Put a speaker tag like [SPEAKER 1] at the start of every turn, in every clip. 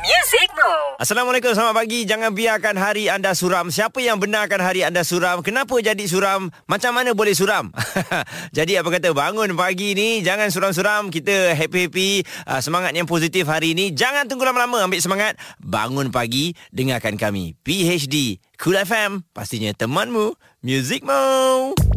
[SPEAKER 1] muzikmu.
[SPEAKER 2] Assalamualaikum, selamat pagi. Jangan biarkan hari anda suram. Siapa yang benarkan hari anda suram? Kenapa jadi suram? Macam mana boleh suram? jadi apa kata bangun pagi ni, jangan suram-suram. Kita happy-happy, uh, semangat yang positif hari ni. Jangan tunggu lama-lama, ambil semangat. Bangun pagi, dengarkan kami. PHD, Cool FM, pastinya temanmu, muzikmu.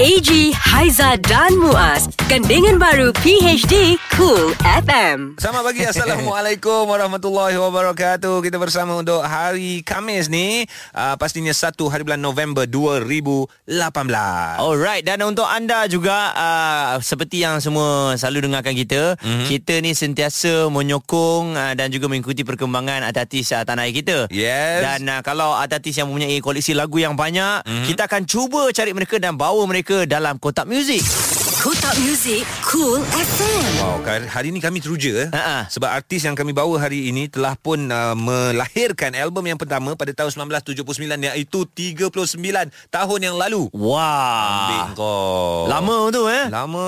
[SPEAKER 1] AG Haiza dan Muaz, gandingan baru PHD Cool FM.
[SPEAKER 3] Selamat pagi Assalamualaikum warahmatullahi wabarakatuh Kita bersama untuk hari Kamis ni uh, Pastinya 1 hari bulan November 2018
[SPEAKER 2] Alright dan untuk anda juga uh, seperti yang semua selalu dengarkan kita
[SPEAKER 3] Mhm.
[SPEAKER 2] mm-hmm. kita ni sentiasa menyokong uh, dan juga mengikuti perkembangan artis uh, tanah air kita.
[SPEAKER 3] Yes.
[SPEAKER 2] Dan uh, kalau artis yang mempunyai koleksi lagu yang banyak
[SPEAKER 3] Mhm.
[SPEAKER 2] mm-hmm. kita akan cuba cari mereka dan bawa mereka dalam kotak muzik.
[SPEAKER 1] Kotak Music Cool FM.
[SPEAKER 3] Wow, kar- hari ni kami teruja eh.
[SPEAKER 2] Ha-ha.
[SPEAKER 3] Sebab artis yang kami bawa hari ini telah pun uh, melahirkan album yang pertama pada tahun 1979 iaitu 39 tahun yang lalu.
[SPEAKER 2] Wah.
[SPEAKER 3] Ambing kau.
[SPEAKER 2] Lama tu eh.
[SPEAKER 3] Lama.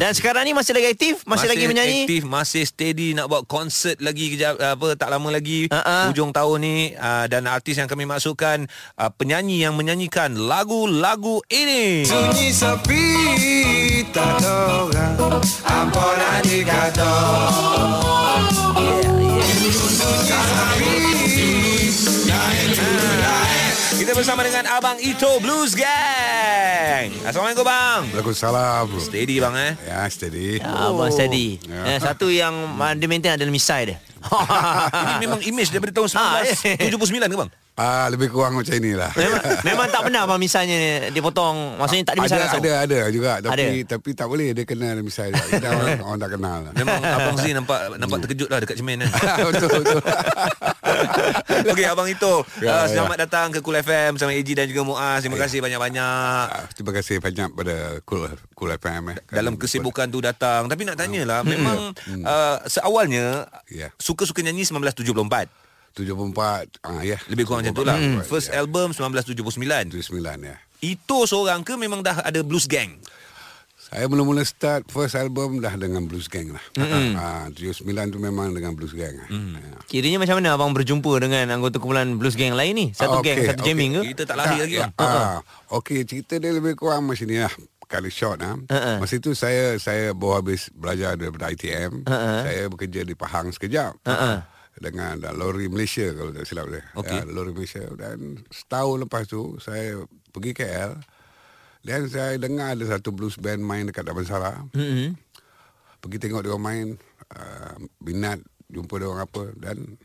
[SPEAKER 2] Dan sekarang ni masih lagi aktif, masih, masih lagi menyanyi.
[SPEAKER 3] aktif, masih steady nak buat konsert lagi kejap apa tak lama lagi
[SPEAKER 2] Ha-ha.
[SPEAKER 3] hujung tahun ni uh, dan artis yang kami masukkan uh, penyanyi yang menyanyikan lagu-lagu ini.
[SPEAKER 4] Sunyi sepi tak ada orang Ampun adik kata
[SPEAKER 3] Kita bersama dengan Abang Ito Blues Gang. Assalamualaikum bang.
[SPEAKER 4] Waalaikumsalam bro
[SPEAKER 3] Steady bang eh.
[SPEAKER 4] Ya steady
[SPEAKER 2] Ah,
[SPEAKER 3] Oh.
[SPEAKER 2] Abang Steady. Eh,
[SPEAKER 4] Ya.
[SPEAKER 2] satu yang uh, dia maintain adalah misai dia.
[SPEAKER 3] Ini memang image daripada tahun
[SPEAKER 2] Ah,
[SPEAKER 4] eh.
[SPEAKER 3] 1979 ke bang?
[SPEAKER 4] Ah, Lebih kurang macam inilah
[SPEAKER 2] Memang, memang tak pernah abang misalnya dia potong maksudnya tak ada misal
[SPEAKER 4] ada,
[SPEAKER 2] langsung.
[SPEAKER 4] ada ada juga tapi ada. tapi tak boleh dia kenal misalnya kita orang, orang tak kenal lah.
[SPEAKER 3] Memang Abang Z nampak nampak terkejut lah dekat cermin eh.
[SPEAKER 4] betul betul
[SPEAKER 3] Okey Abang Ito
[SPEAKER 4] Ya,
[SPEAKER 3] uh, Selamat datang ke Cool FM Bersama AG dan juga Muaz Terima kasih banyak-banyak
[SPEAKER 4] Ah, terima kasih banyak pada Cool, cool FM eh.
[SPEAKER 3] dalam
[SPEAKER 4] Kerana-
[SPEAKER 3] kesibukan tu datang tapi nak tanyalah memang uh, seawalnya
[SPEAKER 4] Hmm. Ya.
[SPEAKER 3] suka-suka nyanyi 1974
[SPEAKER 4] 74 ah ya
[SPEAKER 3] lebih kurang macam tu lah first album 1979
[SPEAKER 4] 79 ya
[SPEAKER 3] itu seorang ke memang dah ada blues gang
[SPEAKER 4] Saya mula-mula start first album dah dengan Blues Gang lah. Ah 79 tu memang dengan Blues Gang. ah.
[SPEAKER 3] Mm.
[SPEAKER 4] Ya.
[SPEAKER 2] Kiranya macam mana abang berjumpa dengan anggota kumpulan blues gang lain ni? Satu
[SPEAKER 4] Ah,
[SPEAKER 2] okay,
[SPEAKER 4] okey,
[SPEAKER 2] gang, satu
[SPEAKER 4] okey.
[SPEAKER 2] jamming ke?
[SPEAKER 3] kita tak lahir lagi bang
[SPEAKER 4] Ah, okey, cerita dia lebih kurang macam ni lah. Kali short ah.
[SPEAKER 2] Ha-ha.
[SPEAKER 4] Masa tu saya saya baru habis belajar daripada ITM.
[SPEAKER 2] Ha,
[SPEAKER 4] Saya bekerja di Pahang sekejap. Dengan uh, lori Malaysia kalau tak silap saya.
[SPEAKER 3] Okey.
[SPEAKER 4] Ya, lori Malaysia dan setahun lepas tu saya pergi KL. Dan saya dengar ada satu blues band main dekat Damansara.
[SPEAKER 2] Mm-hmm.
[SPEAKER 4] pergi tengok dia orang main uh, minat jumpa dia orang apa dan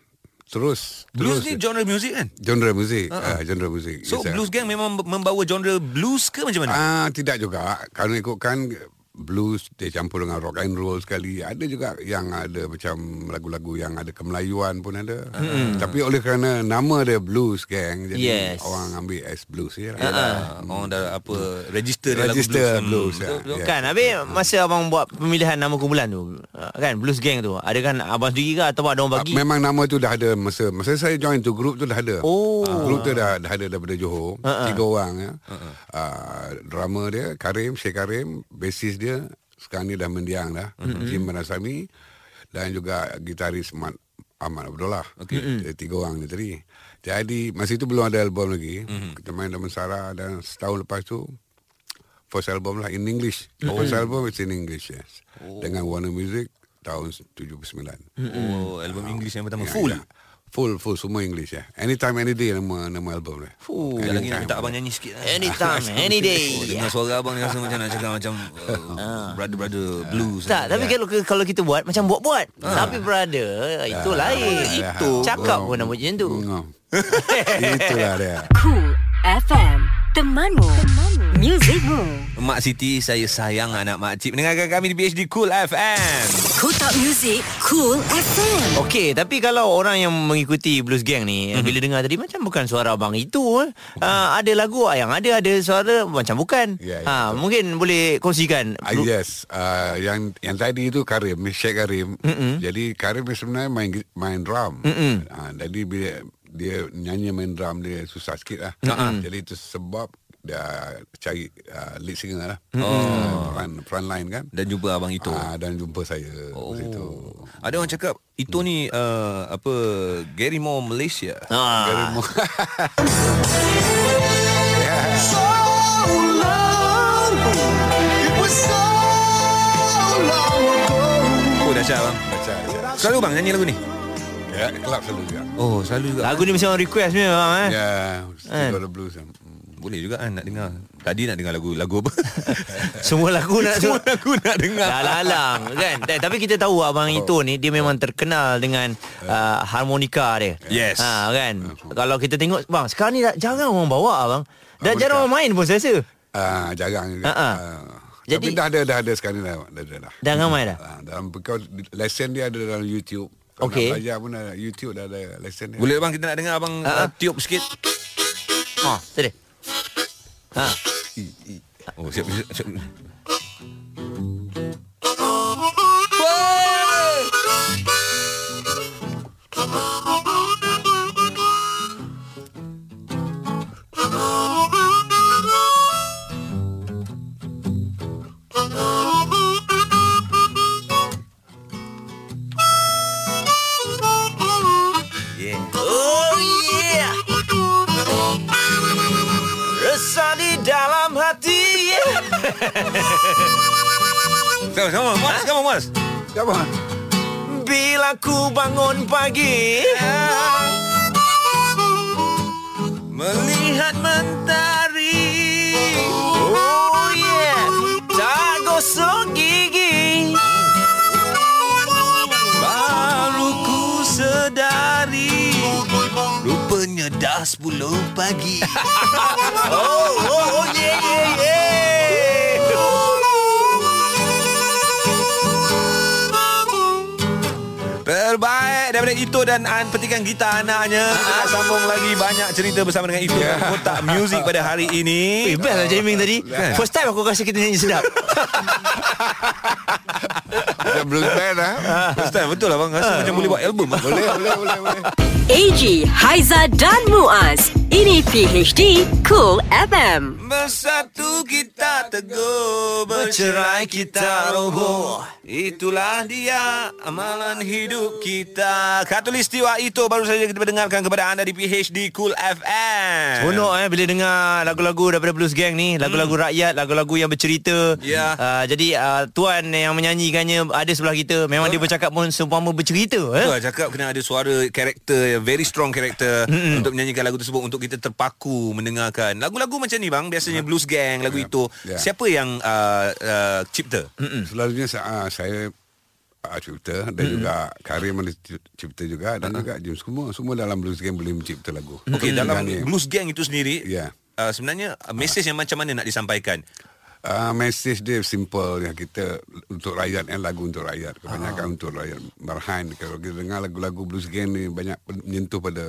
[SPEAKER 4] terus
[SPEAKER 3] blues
[SPEAKER 4] terus
[SPEAKER 3] ni genre music kan
[SPEAKER 4] genre muzik uh-huh. uh, genre muzik
[SPEAKER 3] so blues gang memang membawa genre blues ke macam mana
[SPEAKER 4] ah uh, tidak juga kalau ikutkan blues dia campur dengan rock and roll sekali ada juga yang ada macam lagu-lagu yang ada kemelayuan pun ada hmm. tapi oleh kerana nama dia blues gang jadi
[SPEAKER 2] Yes.
[SPEAKER 4] orang ambil as blues je lah
[SPEAKER 3] Ah, orang dah apa register dia
[SPEAKER 4] register
[SPEAKER 3] lagu
[SPEAKER 4] blues,
[SPEAKER 3] blues, Hmm.
[SPEAKER 4] ya.
[SPEAKER 2] Yeah.
[SPEAKER 4] Ya.
[SPEAKER 2] Kan Habis masa abang buat pemilihan nama kumpulan tu ah, Kan Blues Gang tu Ada kan abang sendiri ke Atau ada orang bagi
[SPEAKER 4] Memang nama tu dah ada masa masa saya join tu grup tu dah ada.
[SPEAKER 2] Oh.
[SPEAKER 4] Ah, Grup tu dah dah ada daripada Johor. Uh-uh. Tiga orang ya. Uh-uh. Uh, drama dia Karim Syekh Karim, basis dia sekarang ni dah mendiang dah. Mm-hmm. Jim Manasami dan juga gitaris Mat Ahmad Abdullah. Okey. Mm-hmm. Tiga orang ni tadi. Jadi masa itu belum ada album lagi. Mm-hmm. Kita main dalam Sara dan setahun lepas tu first album lah in English. Oh. First album is in English yes. Oh. Dengan Warner Music tahun 79.
[SPEAKER 3] oh album English yang pertama full
[SPEAKER 4] Full full semua English ya. Anytime any day nama nama album dia.
[SPEAKER 2] Fuh,
[SPEAKER 3] Sekali lagi nak minta abang nyanyi sikit lah.
[SPEAKER 2] Anytime Any day
[SPEAKER 3] Oh, dengar suara abang ni rasa macam nak cakap macam uh, brother-brother blues. Ya.
[SPEAKER 2] Tak tapi kalau kalau kita buat Macam buat-buat Tapi brother Itu lain
[SPEAKER 3] Itu.
[SPEAKER 2] Cakap pun nak buat macam tu
[SPEAKER 4] Hmm. Itulah dia.
[SPEAKER 1] Cool FM, temanmu, temanmu. muzikmu.
[SPEAKER 3] Mak Siti, saya sayang anak makcik. Mendengarkan kami di PhD Cool FM.
[SPEAKER 1] Kotak Music Cool FM.
[SPEAKER 2] Okey, tapi kalau orang yang mengikuti Blues Gang ni mm-hmm. bila dengar tadi macam bukan suara abang itu eh. Uh, ada lagu yang ada ada suara macam bukan.
[SPEAKER 4] Ya, ya,
[SPEAKER 2] ha, mungkin boleh kongsikan.
[SPEAKER 4] Ah, yes, ah, yang yang tadi itu Karim, Syekh Karim. Mm-hmm. Jadi Karim ni sebenarnya main gi- main drum. Mm-hmm. Ah, jadi bila dia nyanyi main drum dia susah sikit lah. Mm-hmm. Jadi itu sebab dia cari uh, lead singer lah. Mm-hmm. Uh, front, front line kan.
[SPEAKER 3] Dan jumpa abang itu.
[SPEAKER 4] Ah, dan jumpa saya oh. situ.
[SPEAKER 3] Ada orang cakap itu ni uh, apa Gary Moore Malaysia.
[SPEAKER 2] Ah.
[SPEAKER 3] Oh dahsyat bang.
[SPEAKER 4] Macam macam.
[SPEAKER 3] Selalu bang nyanyi lagu ni.
[SPEAKER 4] Ya, kelab selalu juga.
[SPEAKER 3] Oh selalu juga.
[SPEAKER 2] Lagu ni mesti orang request punya bang eh.
[SPEAKER 4] Ya, still got the blues. Mm.
[SPEAKER 3] Boleh juga kan nak dengar. Tadi nak dengar lagu lagu apa?
[SPEAKER 2] Semua lagu nak
[SPEAKER 3] Semua lagu nak dengar.
[SPEAKER 2] Dah lalang kan Ta- Tapi kita tahu Abang oh. Ito ni Dia memang terkenal dengan uh, Harmonika dia
[SPEAKER 3] Yes.
[SPEAKER 2] ha, kan? Kalau kita tengok Bang sekarang ni dah, Jarang orang bawa abang Dah
[SPEAKER 4] Harmonika.
[SPEAKER 2] jarang orang main pun saya rasa
[SPEAKER 4] Ah, jarang juga.
[SPEAKER 2] Ha-ha.
[SPEAKER 4] Ah.
[SPEAKER 2] Jadi-
[SPEAKER 4] Tapi dah ada dah ada sekarang ni dah dah ada dah.
[SPEAKER 2] Dah ramai dah
[SPEAKER 4] Ah, dalam kau lesson dia ada dalam YouTube. Kau
[SPEAKER 2] Okey.
[SPEAKER 4] nak belajar pun ada YouTube dah ada lesson dia.
[SPEAKER 3] Boleh bang kita nak dengar abang uh,
[SPEAKER 2] Ah, ah.
[SPEAKER 3] tiup sikit.
[SPEAKER 2] Ha tadi Ha
[SPEAKER 3] Oh siap siap. siap. Yeah.
[SPEAKER 2] Oh yeah Resah di dalam hati
[SPEAKER 3] Sama sama mas, sama mas.
[SPEAKER 4] Siapa?
[SPEAKER 2] Bila ku bangun pagi
[SPEAKER 3] Melihat mentari.
[SPEAKER 2] Oh yeah Tak gosok gigi
[SPEAKER 3] Baru ku sedari Rupanya dah 10 pagi
[SPEAKER 2] Oh, oh, oh yeah, yeah, yeah
[SPEAKER 3] Terbaik daripada Ito dan An Petikan gitar anaknya Kita
[SPEAKER 2] Ah.
[SPEAKER 3] nak sambung lagi banyak cerita bersama dengan Ito
[SPEAKER 2] Ya.
[SPEAKER 3] yeah. Kotak Music pada hari ini
[SPEAKER 2] Eh, best lah jamming tadi
[SPEAKER 3] Kan?
[SPEAKER 4] Best.
[SPEAKER 2] First time aku rasa kita nyanyi sedap
[SPEAKER 4] Dah blues band ah.
[SPEAKER 3] First time betul lah bang Rasa macam boleh buat album ah.
[SPEAKER 4] Boleh, boleh, boleh, boleh.
[SPEAKER 1] AG, Haiza dan Muaz. Ini PHD Cool FM.
[SPEAKER 3] Bersatu kita teguh Bercerai kita roboh Itulah dia amalan hidup kita Katulistiwa itu baru saja kita dengarkan kepada anda di PHD Cool FM
[SPEAKER 2] Seronok eh bila dengar lagu-lagu daripada Blues Gang ni, lagu-lagu rakyat, lagu-lagu yang bercerita.
[SPEAKER 3] Hmm. Ya.
[SPEAKER 2] Uh, jadi uh, tuan yang menyanyikannya ada sebelah kita. Memang dia bercakap pun seumpama bercerita eh.
[SPEAKER 3] Betul lah cakap kena ada suara karakter yang very strong karakter mm untuk menyanyikan lagu tersebut untuk kita terpaku mendengarkan. Lagu-lagu macam ni bang biasanya blues gang lagu itu
[SPEAKER 4] Ya.
[SPEAKER 3] siapa yang uh, uh, cipta?
[SPEAKER 4] Selalunya saya, saya ah, cipta dan
[SPEAKER 3] Hmm.
[SPEAKER 4] juga Karim ada ci- cipta juga dan juga James semua semua dalam blues game boleh mencipta lagu.
[SPEAKER 3] Okey
[SPEAKER 4] Bukan
[SPEAKER 3] dalam
[SPEAKER 4] ni.
[SPEAKER 3] blues gang itu sendiri
[SPEAKER 4] Ya.
[SPEAKER 3] uh, sebenarnya uh, mesej yang macam mana nak disampaikan?
[SPEAKER 4] Ah, message dia simple yang kita untuk rakyat eh, lagu untuk rakyat kebanyakan
[SPEAKER 3] Ah.
[SPEAKER 4] untuk rakyat Marhan kalau kita dengar lagu-lagu blues game ni banyak pen- menyentuh pada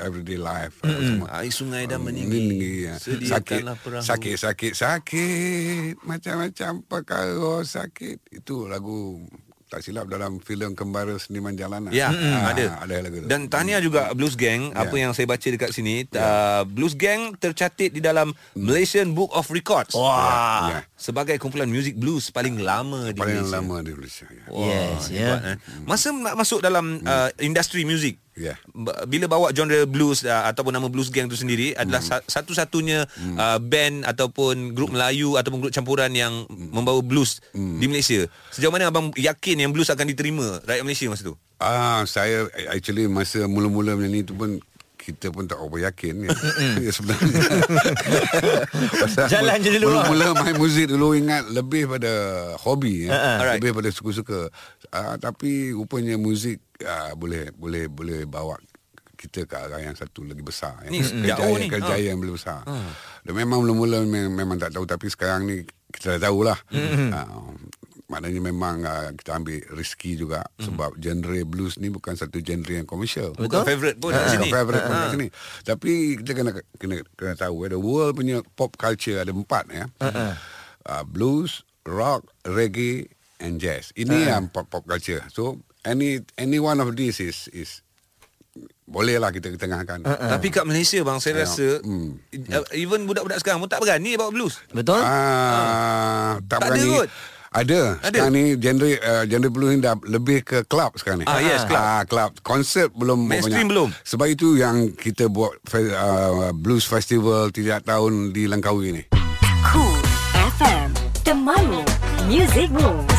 [SPEAKER 4] everyday life mm. semua
[SPEAKER 3] Air sungai dah
[SPEAKER 4] meninggi
[SPEAKER 3] meninggi.
[SPEAKER 4] ya. sakit
[SPEAKER 3] Ah, Sediakanlah perahu.
[SPEAKER 4] sakit sakit sakit macam-macam perkara sakit itu lagu tak silap dalam filem Kembara Seniman Jalanan
[SPEAKER 3] Ya, mm ada.
[SPEAKER 4] Ah, ada lagu tu Mm. Ya.
[SPEAKER 3] Dan tahniah juga Blues Gang, apa yang saya baca dekat sini, uh, Blues Gang tercatat di dalam
[SPEAKER 4] Mm.
[SPEAKER 3] Malaysian Book of Records.
[SPEAKER 2] Wah.
[SPEAKER 4] Ya.
[SPEAKER 3] Sebagai kumpulan music blues paling lama di
[SPEAKER 4] paling
[SPEAKER 3] Malaysia.
[SPEAKER 4] lama di Malaysia ya.
[SPEAKER 3] Wah,
[SPEAKER 2] Yes,
[SPEAKER 3] hebat,
[SPEAKER 2] yeah.
[SPEAKER 3] eh.
[SPEAKER 4] Hmm.
[SPEAKER 3] Masa nak masuk dalam uh, industri muzik,
[SPEAKER 4] Yeah.
[SPEAKER 3] b- bila bawa genre blues uh, ataupun nama blues gang tu sendiri adalah
[SPEAKER 4] Hmm.
[SPEAKER 3] sa- satu-satunya uh, band ataupun grup Melayu ataupun grup campuran yang
[SPEAKER 4] Hmm.
[SPEAKER 3] membawa blues di Malaysia. Sejauh mana abang yakin yang blues akan diterima rakyat Malaysia masa tu?
[SPEAKER 4] Ah, saya actually masa mula-mula macam ni tu pun kita pun tak apa yakin ya. ya sebenarnya. Pasal
[SPEAKER 2] Jalan je dulu,
[SPEAKER 4] Mula-mula main muzik dulu ingat lebih pada hobi ya.
[SPEAKER 2] Ha-ha.
[SPEAKER 3] Alright.
[SPEAKER 4] Lebih pada suka-suka. Ah, tapi rupanya muzik ah, boleh boleh boleh bawa kita ke arah yang satu lagi besar ya.
[SPEAKER 3] Ni,
[SPEAKER 4] kerjaya
[SPEAKER 3] jauh ni.
[SPEAKER 4] kerjaya yang boleh besar.
[SPEAKER 3] Ha.
[SPEAKER 4] Dan memang mula-mula memang, memang tak tahu tapi sekarang ni kita dah tahulah.
[SPEAKER 3] Mm-hmm.
[SPEAKER 4] Ah, maknanya memang ah, kita ambil riski juga
[SPEAKER 3] Mm-hmm.
[SPEAKER 4] sebab genre blues ni bukan satu genre yang komersial. Ha,
[SPEAKER 3] Bukan favorite pun
[SPEAKER 4] Ah,
[SPEAKER 3] kat sini. Ha.
[SPEAKER 4] Favorite pun kat sini. Tapi kita kena kena kena tahu eh, the world punya pop culture ada empat ya.
[SPEAKER 3] Ha,
[SPEAKER 4] Ah, blues, rock, reggae
[SPEAKER 3] Ha.
[SPEAKER 4] and jazz. Ini yang pop pop culture. So any any one of these is is bolehlah kita ketengahkan.
[SPEAKER 3] Uh. Tapi kat Malaysia bang saya
[SPEAKER 4] Ya.
[SPEAKER 3] rasa
[SPEAKER 4] Hmm.
[SPEAKER 3] uh, even budak-budak sekarang pun tak berani bawa blues.
[SPEAKER 2] Betul?
[SPEAKER 4] Ah, tak
[SPEAKER 3] Tak ada
[SPEAKER 4] berani.
[SPEAKER 3] kot.
[SPEAKER 4] Ada.
[SPEAKER 3] Ada.
[SPEAKER 4] Sekarang ni genre uh, genre blues ni dah lebih ke club sekarang ni.
[SPEAKER 3] Ah, yes, club.
[SPEAKER 4] Ah, club. Konsert belum
[SPEAKER 3] Mainstream
[SPEAKER 4] banyak.
[SPEAKER 3] belum.
[SPEAKER 4] Sebab itu yang kita buat fe- uh, blues festival tiap tahun di Langkawi ni.
[SPEAKER 1] Cool FM Temanmu Music Moves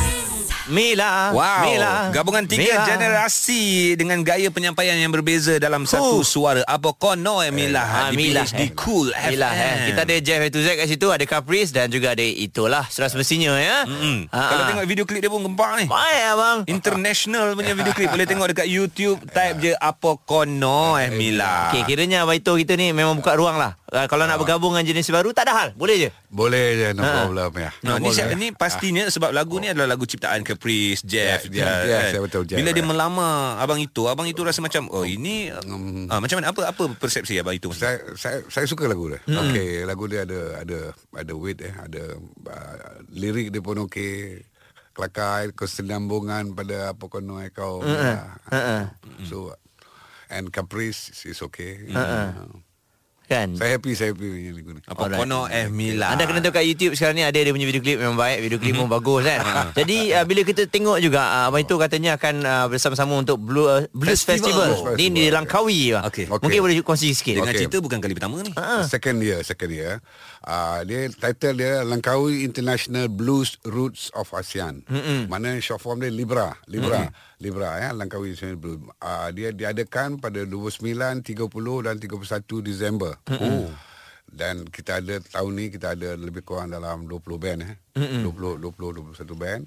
[SPEAKER 2] Mela.
[SPEAKER 3] Wow,
[SPEAKER 2] Mela.
[SPEAKER 3] gabungan tiga
[SPEAKER 2] Mela.
[SPEAKER 3] generasi dengan gaya penyampaian yang berbeza dalam satu suara. Apa kono Emilah?
[SPEAKER 2] Ah,
[SPEAKER 3] Eh,
[SPEAKER 2] Mila eh.
[SPEAKER 3] di Cool
[SPEAKER 2] Mila,
[SPEAKER 3] FM.
[SPEAKER 2] eh. Kita ada Jeff A to Z kat situ Ada Caprice Dan juga ada itulah Seras mestinya ya
[SPEAKER 3] Hmm. Kalau tengok video klip dia pun gempak ni.
[SPEAKER 2] Baik abang
[SPEAKER 3] International punya video klip Boleh tengok dekat YouTube Type je Apa kono eh Mila
[SPEAKER 2] Okay, kiranya Abang Ito kita ni memang buka ruang lah. Uh, kalau
[SPEAKER 3] Ah.
[SPEAKER 2] nak bergabung dengan jenis baru, tak ada hal. Boleh je.
[SPEAKER 4] Boleh je no problem ya.
[SPEAKER 3] No, Ah. ni, siap, ni
[SPEAKER 2] Ah.
[SPEAKER 3] pastinya sebab lagu ni adalah lagu ciptaan Caprice, Jeff.
[SPEAKER 4] Ya,
[SPEAKER 3] dia, kan.
[SPEAKER 4] Jeff, yes, ya, betul, Jeff,
[SPEAKER 3] Bila dia
[SPEAKER 4] ya.
[SPEAKER 3] melama abang itu, abang itu rasa macam, oh ini
[SPEAKER 2] Mm-hmm.
[SPEAKER 3] ah, macam mana apa apa persepsi abang itu?
[SPEAKER 4] saya saya saya suka lagu dia. Hmm. Okey, lagu dia ada ada ada weight eh, ada uh, lirik dia pun okey. Kelakar kesinambungan pada apa kau nak kau.
[SPEAKER 3] Hmm, eh. Ah.
[SPEAKER 2] Ah,
[SPEAKER 4] Uh-uh. So and Caprice is okay. Uh-uh.
[SPEAKER 2] Kan?
[SPEAKER 4] Saya happy saya happy dengan lagu ni.
[SPEAKER 3] Apa
[SPEAKER 2] Alright.
[SPEAKER 3] kono eh Mila.
[SPEAKER 2] Anda kena tengok kat YouTube sekarang ni ada dia punya video klip memang baik, video klip
[SPEAKER 3] Mhm.
[SPEAKER 2] pun bagus kan.
[SPEAKER 3] Ah.
[SPEAKER 2] Jadi uh, bila kita tengok juga uh, abang itu katanya akan uh, bersama-sama untuk Blue, uh, Blues
[SPEAKER 3] Festival.
[SPEAKER 2] Festival, Ni di
[SPEAKER 4] Festival.
[SPEAKER 2] Langkawi. bang.
[SPEAKER 3] Okey.
[SPEAKER 2] Mungkin
[SPEAKER 4] Okey.
[SPEAKER 2] boleh kongsi sikit.
[SPEAKER 3] Eh, dengan
[SPEAKER 4] Okey.
[SPEAKER 3] cerita bukan kali pertama ni.
[SPEAKER 4] Uh. Second year, second year. Uh, dia title dia Langkawi International Blues Roots of ASEAN. Mm-hmm. Mana short form dia Libra, Libra, mm-hmm. Libra ya, Langkawi International Blues. Uh, dia diadakan pada 29, 30 dan 31 Disember. Mm-hmm. Oh. Dan kita ada tahun ni kita ada lebih kurang dalam 20 band eh. Mm-hmm. 20 20 21 band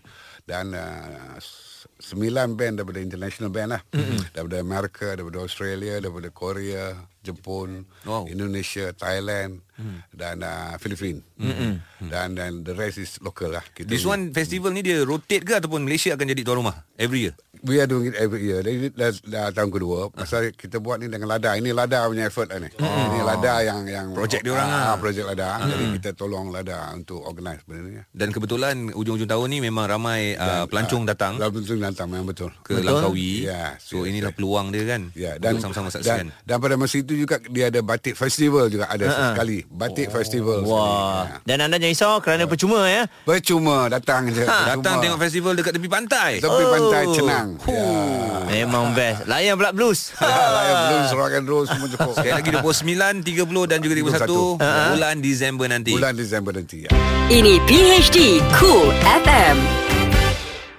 [SPEAKER 4] dan uh, s- sembilan band daripada international band lah. Mm-hmm. Daripada Amerika, daripada Australia, daripada Korea, Jepun,
[SPEAKER 3] Wow. Mm.
[SPEAKER 4] Indonesia, Thailand hmm. dan uh, Filipina. Hmm. Dan dan the rest is local lah. Kita
[SPEAKER 3] This one festival ni dia rotate ke ataupun Malaysia akan jadi tuan rumah every year?
[SPEAKER 4] we are doing it every year. Dari dah, dah tahun kedua. Pasal kita buat ni dengan Lada. Ini Lada punya effort lah ni. Oh. Ini Lada yang yang
[SPEAKER 3] Projek dia orang
[SPEAKER 4] ah,
[SPEAKER 3] lah.
[SPEAKER 4] projek Lada. Jadi kita tolong Lada untuk organize benda ni.
[SPEAKER 3] Dan kebetulan ujung-ujung tahun ni memang ramai uh, pelancong datang
[SPEAKER 4] Dalam betul datang memang betul.
[SPEAKER 3] ke
[SPEAKER 4] ah, Betul.
[SPEAKER 3] Langkawi.
[SPEAKER 4] Ya,
[SPEAKER 3] so
[SPEAKER 4] ya,
[SPEAKER 3] inilah
[SPEAKER 4] ya.
[SPEAKER 3] peluang dia kan.
[SPEAKER 4] Ya,
[SPEAKER 3] dan
[SPEAKER 4] dan
[SPEAKER 3] sama-sama
[SPEAKER 4] dan,
[SPEAKER 3] saksikan. Ha,
[SPEAKER 4] dan pada masa itu juga dia ada batik festival juga ada uh-huh. sekali batik oh. festival. sekali.
[SPEAKER 2] Wah. Ha. Dan anda jangan risau kerana percuma ya.
[SPEAKER 4] Percuma datang je. Ha,
[SPEAKER 3] Datang tengok festival dekat tepi pantai.
[SPEAKER 4] Tepi
[SPEAKER 2] Oh.
[SPEAKER 4] pantai Cenang.
[SPEAKER 3] Huh.
[SPEAKER 2] Memang best. Layan pula blues.
[SPEAKER 4] Ya. Ya, layan blues, rock and roll semua cukup.
[SPEAKER 3] Sekali lagi 29, 30 dan juga 31
[SPEAKER 4] 31.
[SPEAKER 3] bulan Disember nanti.
[SPEAKER 4] Ah. Bulan Disember nanti. Ya.
[SPEAKER 1] Ini PHD Cool FM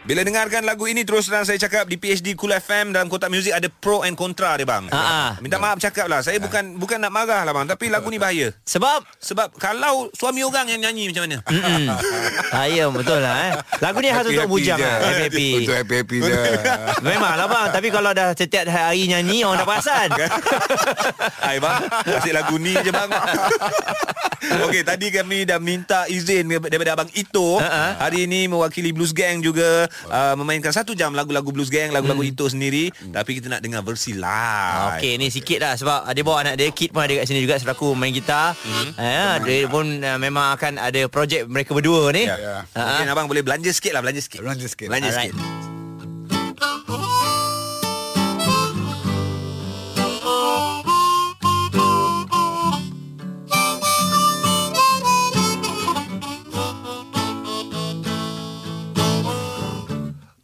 [SPEAKER 3] Bila dengarkan lagu ini terus terang saya cakap di PhD Cool FM dalam kotak muzik ada pro and kontra dia bang.
[SPEAKER 4] Ah,
[SPEAKER 2] Ha-ha.
[SPEAKER 3] Minta maaf cakap lah. Saya bukan bukan nak marah lah bang tapi lagu ni bahaya.
[SPEAKER 2] Sebab
[SPEAKER 3] Sebab kalau suami orang yang nyanyi macam mana?
[SPEAKER 2] Mm-mm. Saya betul lah eh. Lagu ni khas untuk
[SPEAKER 4] Happy-happy
[SPEAKER 2] bujang
[SPEAKER 4] je.
[SPEAKER 2] lah. Happy-happy.
[SPEAKER 4] eh? Untuk happy-happy je.
[SPEAKER 2] Memang lah bang Tapi kalau dah setiap hari nyanyi Orang dah perasan
[SPEAKER 3] Hai bang Asyik lagu ni je bang Okey tadi kami dah minta izin Daripada abang Ito uh-huh. Hari ini mewakili Blues Gang juga uh, Memainkan satu jam lagu-lagu Blues Gang Lagu-lagu
[SPEAKER 4] Mm.
[SPEAKER 3] hmm. Ito sendiri hmm. Tapi kita nak dengar versi live
[SPEAKER 2] Okey ni sikit lah Sebab dia bawa anak dia Kid pun ada kat sini juga Selaku main gitar ya, Dia pun uh, memang akan Ada projek mereka berdua ni
[SPEAKER 4] Ya, ya.
[SPEAKER 2] Ha, ha.
[SPEAKER 3] Mungkin abang boleh belanja sikit lah Belanja sikit
[SPEAKER 4] Belanja sikit.
[SPEAKER 3] Belanja
[SPEAKER 2] Alright.
[SPEAKER 3] sikit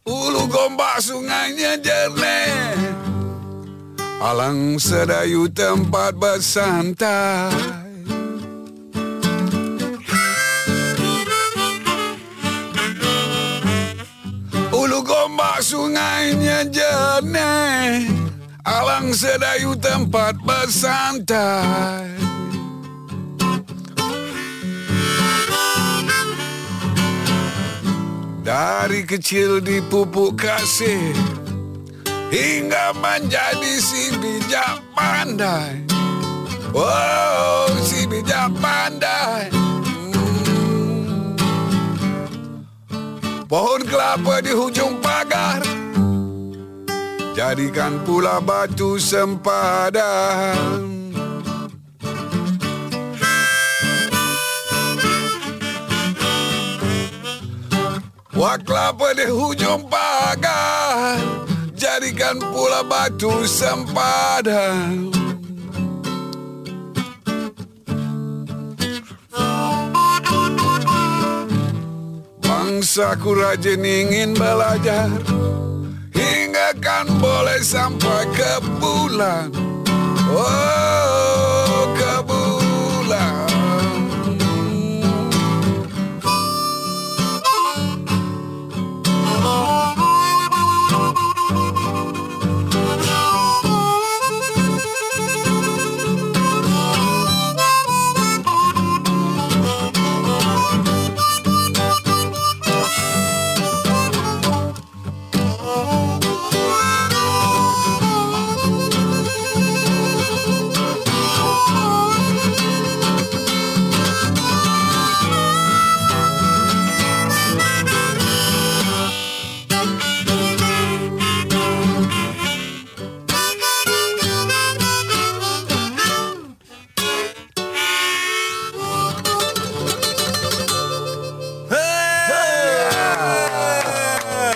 [SPEAKER 4] Ulu gombak sungainya jernih Alang sedayu tempat bersantai Ulu gombak sungainya jernih Alang sedayu tempat bersantai Dari kecil dipupuk kasih Hingga menjadi si bijak pandai Oh, si bijak pandai Hmm. Pohon kelapa di hujung pagar Jadikan pula batu sempadan Wak kelapa di hujung pagar Jadikan pula batu sempadan Bangsa ku rajin ingin belajar Hingga kan boleh sampai ke bulan Oh ke bulan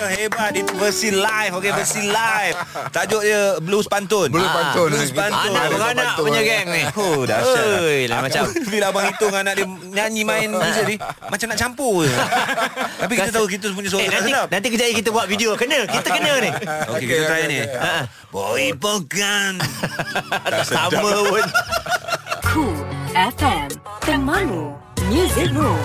[SPEAKER 3] Hebat Itu versi live Okay versi live Tajuk dia Blues Pantun
[SPEAKER 4] Blues
[SPEAKER 3] Ah,
[SPEAKER 4] pantun. eh,
[SPEAKER 3] Blues Pantun
[SPEAKER 2] Anak
[SPEAKER 4] Ada
[SPEAKER 2] beranak
[SPEAKER 4] pantun,
[SPEAKER 2] punya
[SPEAKER 4] eh.
[SPEAKER 2] geng ni.
[SPEAKER 3] Oh dahsyat lah.
[SPEAKER 2] Oi, lah
[SPEAKER 3] Aku
[SPEAKER 2] macam
[SPEAKER 3] pun Bila abang hitung anak dia Nyanyi main muzik ni Macam nak campur je Tapi kita tahu Kita punya suara
[SPEAKER 2] Eh,
[SPEAKER 3] tak
[SPEAKER 2] nanti,
[SPEAKER 3] sedap
[SPEAKER 2] nanti kejap lagi kita buat video Kena Kita kena ni
[SPEAKER 3] Okey kita
[SPEAKER 4] Okey,
[SPEAKER 3] try
[SPEAKER 4] okey,
[SPEAKER 3] ni Ha.
[SPEAKER 2] Ah,
[SPEAKER 3] Boy Pogan
[SPEAKER 2] Tak sama pun
[SPEAKER 1] Cool FM Temanmu Music Room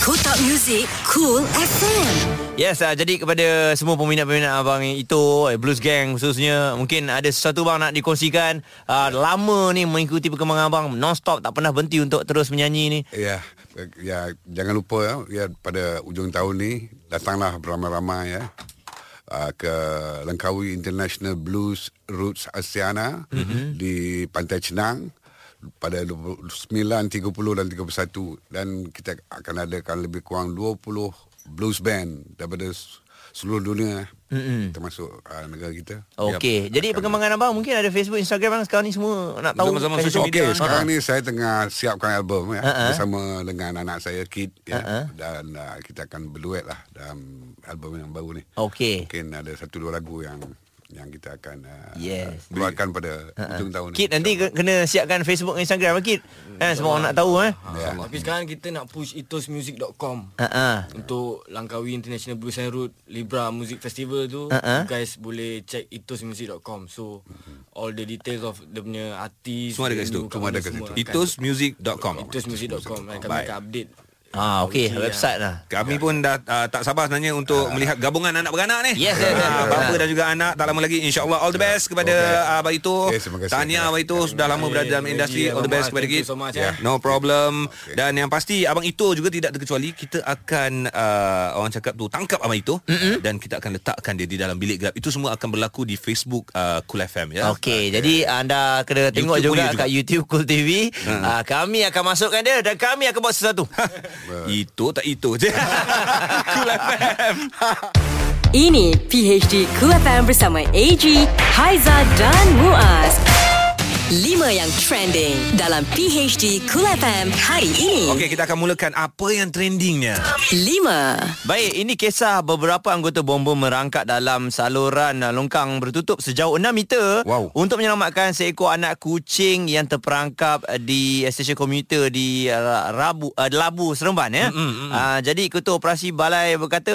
[SPEAKER 1] Kotak Music Cool FM
[SPEAKER 2] Yes uh, Jadi kepada semua peminat-peminat Abang Ito eh, Blues Gang khususnya Mungkin ada sesuatu bang Nak dikongsikan uh, Lama ni mengikuti perkembangan abang Non-stop Tak pernah berhenti Untuk terus menyanyi ni
[SPEAKER 4] Ya, eh, ya jangan lupa ya, ya pada ujung tahun ni datanglah beramai-ramai ya uh, ke Langkawi International Blues Roots Asiana mm-hmm. di Pantai Cenang pada 29, 30 dan 31 dan kita akan adakan lebih kurang 20 blues band daripada s- seluruh dunia mm-hmm. termasuk uh, negara kita.
[SPEAKER 2] Okey.
[SPEAKER 4] Ya,
[SPEAKER 2] Jadi
[SPEAKER 4] akan-
[SPEAKER 2] perkembangan abang mungkin ada Facebook, Instagram bang sekarang ni semua nak tahu.
[SPEAKER 3] Sama-sama
[SPEAKER 2] Facebook.
[SPEAKER 3] social media.
[SPEAKER 4] Okey,
[SPEAKER 3] kan?
[SPEAKER 4] sekarang ni saya tengah siapkan album ya,
[SPEAKER 2] Ha. Ha-ha.
[SPEAKER 4] uh-huh. bersama dengan anak saya Kid ya,
[SPEAKER 2] Ha-ha.
[SPEAKER 4] uh-huh. dan uh, kita akan berduet lah dalam album yang baru ni.
[SPEAKER 2] Okey.
[SPEAKER 4] Mungkin ada satu dua lagu yang yang kita akan uh,
[SPEAKER 2] Yes.
[SPEAKER 4] keluarkan pada uh-huh. hujung tahun
[SPEAKER 2] Kit nanti ke- kena siapkan Facebook dan Instagram Kit. Eh, semua orang nak tahu eh.
[SPEAKER 5] Ha.
[SPEAKER 4] Ya.
[SPEAKER 5] Tapi sekarang kita nak push itosmusic.com
[SPEAKER 2] Ha ah.
[SPEAKER 5] untuk Langkawi International Blues and Root Libra Music Festival tu
[SPEAKER 2] Uh-uh.
[SPEAKER 5] uh-huh. you guys boleh check itosmusic.com so all the details of dia punya artis
[SPEAKER 3] Semua ada kat situ.
[SPEAKER 4] Semua ada kat situ.
[SPEAKER 3] Itosmusic.com
[SPEAKER 5] itosmusic.com and kami
[SPEAKER 3] Baik.
[SPEAKER 5] akan update
[SPEAKER 2] Ah okey,
[SPEAKER 5] Okey,
[SPEAKER 2] website lah.
[SPEAKER 3] Kami pun dah uh, tak sabar sebenarnya
[SPEAKER 5] Ah.
[SPEAKER 3] untuk melihat gabungan anak beranak ni.
[SPEAKER 2] Yes, yes, yes.
[SPEAKER 3] Ah, Bapa
[SPEAKER 2] Betul.
[SPEAKER 3] dan juga anak tak lama lagi insya-Allah all the
[SPEAKER 5] Ya.
[SPEAKER 3] best kepada
[SPEAKER 4] Okay.
[SPEAKER 3] okay. abang itu.
[SPEAKER 4] Yes, terima kasih.
[SPEAKER 3] Tahniah abang itu sudah lama berada dalam
[SPEAKER 5] Terima
[SPEAKER 3] industri
[SPEAKER 5] kasih,
[SPEAKER 3] all the
[SPEAKER 5] Abang
[SPEAKER 3] best
[SPEAKER 5] Ahmad.
[SPEAKER 3] kepada
[SPEAKER 5] Thank
[SPEAKER 3] kita.
[SPEAKER 5] you so much, eh.
[SPEAKER 3] Yeah. No problem. Dan yang pasti abang itu juga tidak terkecuali kita akan uh, orang cakap tu tangkap abang itu mm-hmm. dan kita akan letakkan dia di dalam bilik gelap. Itu semua akan berlaku di Facebook uh, Cool FM ya.
[SPEAKER 2] Okey, jadi anda kena tengok
[SPEAKER 3] YouTube
[SPEAKER 2] juga,
[SPEAKER 3] punya juga. Ha.
[SPEAKER 2] kat YouTube Cool TV. Ah, kami akan masukkan dia dan kami akan buat sesuatu.
[SPEAKER 3] Itu tak itu je. cool FM.
[SPEAKER 1] Ini PHD Cool FM bersama AG, Haiza dan Muaz 5 yang trending dalam PHD Cool FM hari ini
[SPEAKER 3] Okey, kita akan mulakan apa yang trendingnya.
[SPEAKER 1] 5
[SPEAKER 2] Baik, ini kisah beberapa anggota bomba merangkak dalam saluran ah, longkang bertutup sejauh 6 meter
[SPEAKER 4] Wow.
[SPEAKER 2] untuk menyelamatkan seekor anak kucing yang terperangkap ah, di ah, stesen komuter di ah, Rabu ah, Labu Seremban ya. Ah, jadi ketua operasi balai berkata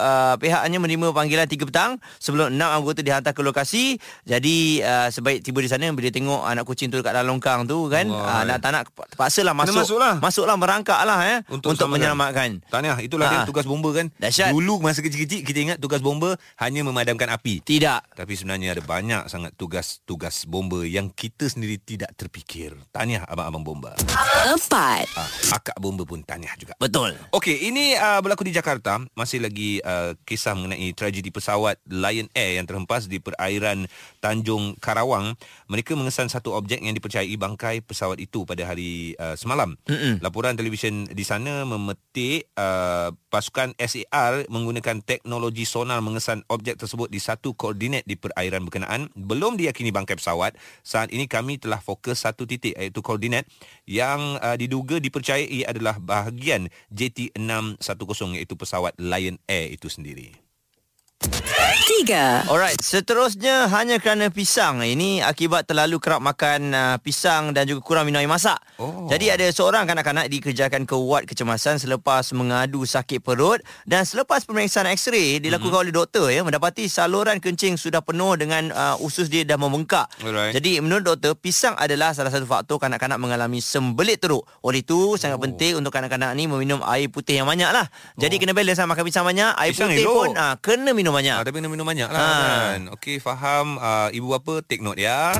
[SPEAKER 2] ah, pihaknya menerima panggilan 3 petang sebelum 6 anggota dihantar ke lokasi. Jadi ah, sebaik tiba di sana bila tengok anak kucing tu dekat dalam longkang tu kan ah, nak tak nak terpaksalah
[SPEAKER 3] Kena
[SPEAKER 2] masuk.
[SPEAKER 3] masuklah.
[SPEAKER 2] masuklah merangkaklah ya untuk, untuk
[SPEAKER 3] selamatkan.
[SPEAKER 2] menyelamatkan.
[SPEAKER 3] Tahniah Itulah
[SPEAKER 2] Ha.
[SPEAKER 3] dia tugas bomba kan
[SPEAKER 2] Dahsyat.
[SPEAKER 3] Dulu masa kecil-kecil Kita ingat tugas bomba Hanya memadamkan api
[SPEAKER 2] Tidak.
[SPEAKER 3] Tapi sebenarnya ada banyak sangat tugas-tugas bomba Yang kita sendiri tidak terfikir Tahniah abang-abang bomba
[SPEAKER 1] Empat.
[SPEAKER 3] ha, Akak bomba pun tahniah juga
[SPEAKER 2] Betul.
[SPEAKER 3] Okey, ini uh, berlaku di Jakarta. Masih lagi uh, kisah mengenai tragedi pesawat Lion Air yang terhempas di perairan Tanjung Karawang. Mereka mengesan satu objek yang dipercayai bangkai pesawat itu pada hari uh, semalam. Mm-mm. Laporan televisyen di sana memetik uh, pasukan SAR menggunakan teknologi sonar mengesan objek tersebut di satu koordinat di perairan berkenaan. Belum diyakini bangkai pesawat. Saat ini kami telah fokus satu titik iaitu koordinat yang uh, diduga dipercayai adalah bahagian JT610 iaitu pesawat Lion Air itu sendiri.
[SPEAKER 1] 3.
[SPEAKER 2] Alright, seterusnya hanya kerana pisang. Ini akibat terlalu kerap makan uh, pisang dan juga kurang minum air masak.
[SPEAKER 4] Oh.
[SPEAKER 2] Jadi ada seorang kanak-kanak dikerjakan ke wad kecemasan selepas mengadu sakit perut dan selepas pemeriksaan X-ray
[SPEAKER 3] Mhm.
[SPEAKER 2] dilakukan oleh doktor ya mendapati saluran kencing sudah penuh dengan uh, usus dia dah membengkak.
[SPEAKER 3] Alright.
[SPEAKER 2] Jadi menurut doktor pisang adalah salah satu faktor kanak-kanak mengalami sembelit teruk. Oleh itu
[SPEAKER 3] Oh.
[SPEAKER 2] sangat penting untuk kanak-kanak ni meminum air putih yang banyak lah. Jadi kena balance lah makan pisang banyak, air
[SPEAKER 3] Pisang
[SPEAKER 2] putih
[SPEAKER 3] elok.
[SPEAKER 2] pun uh, kena minum banyak.
[SPEAKER 3] Ah, tapi kena minum banyak lah
[SPEAKER 2] Ah.
[SPEAKER 3] kan. Okey, faham. Ah, ibu bapa, take note ya.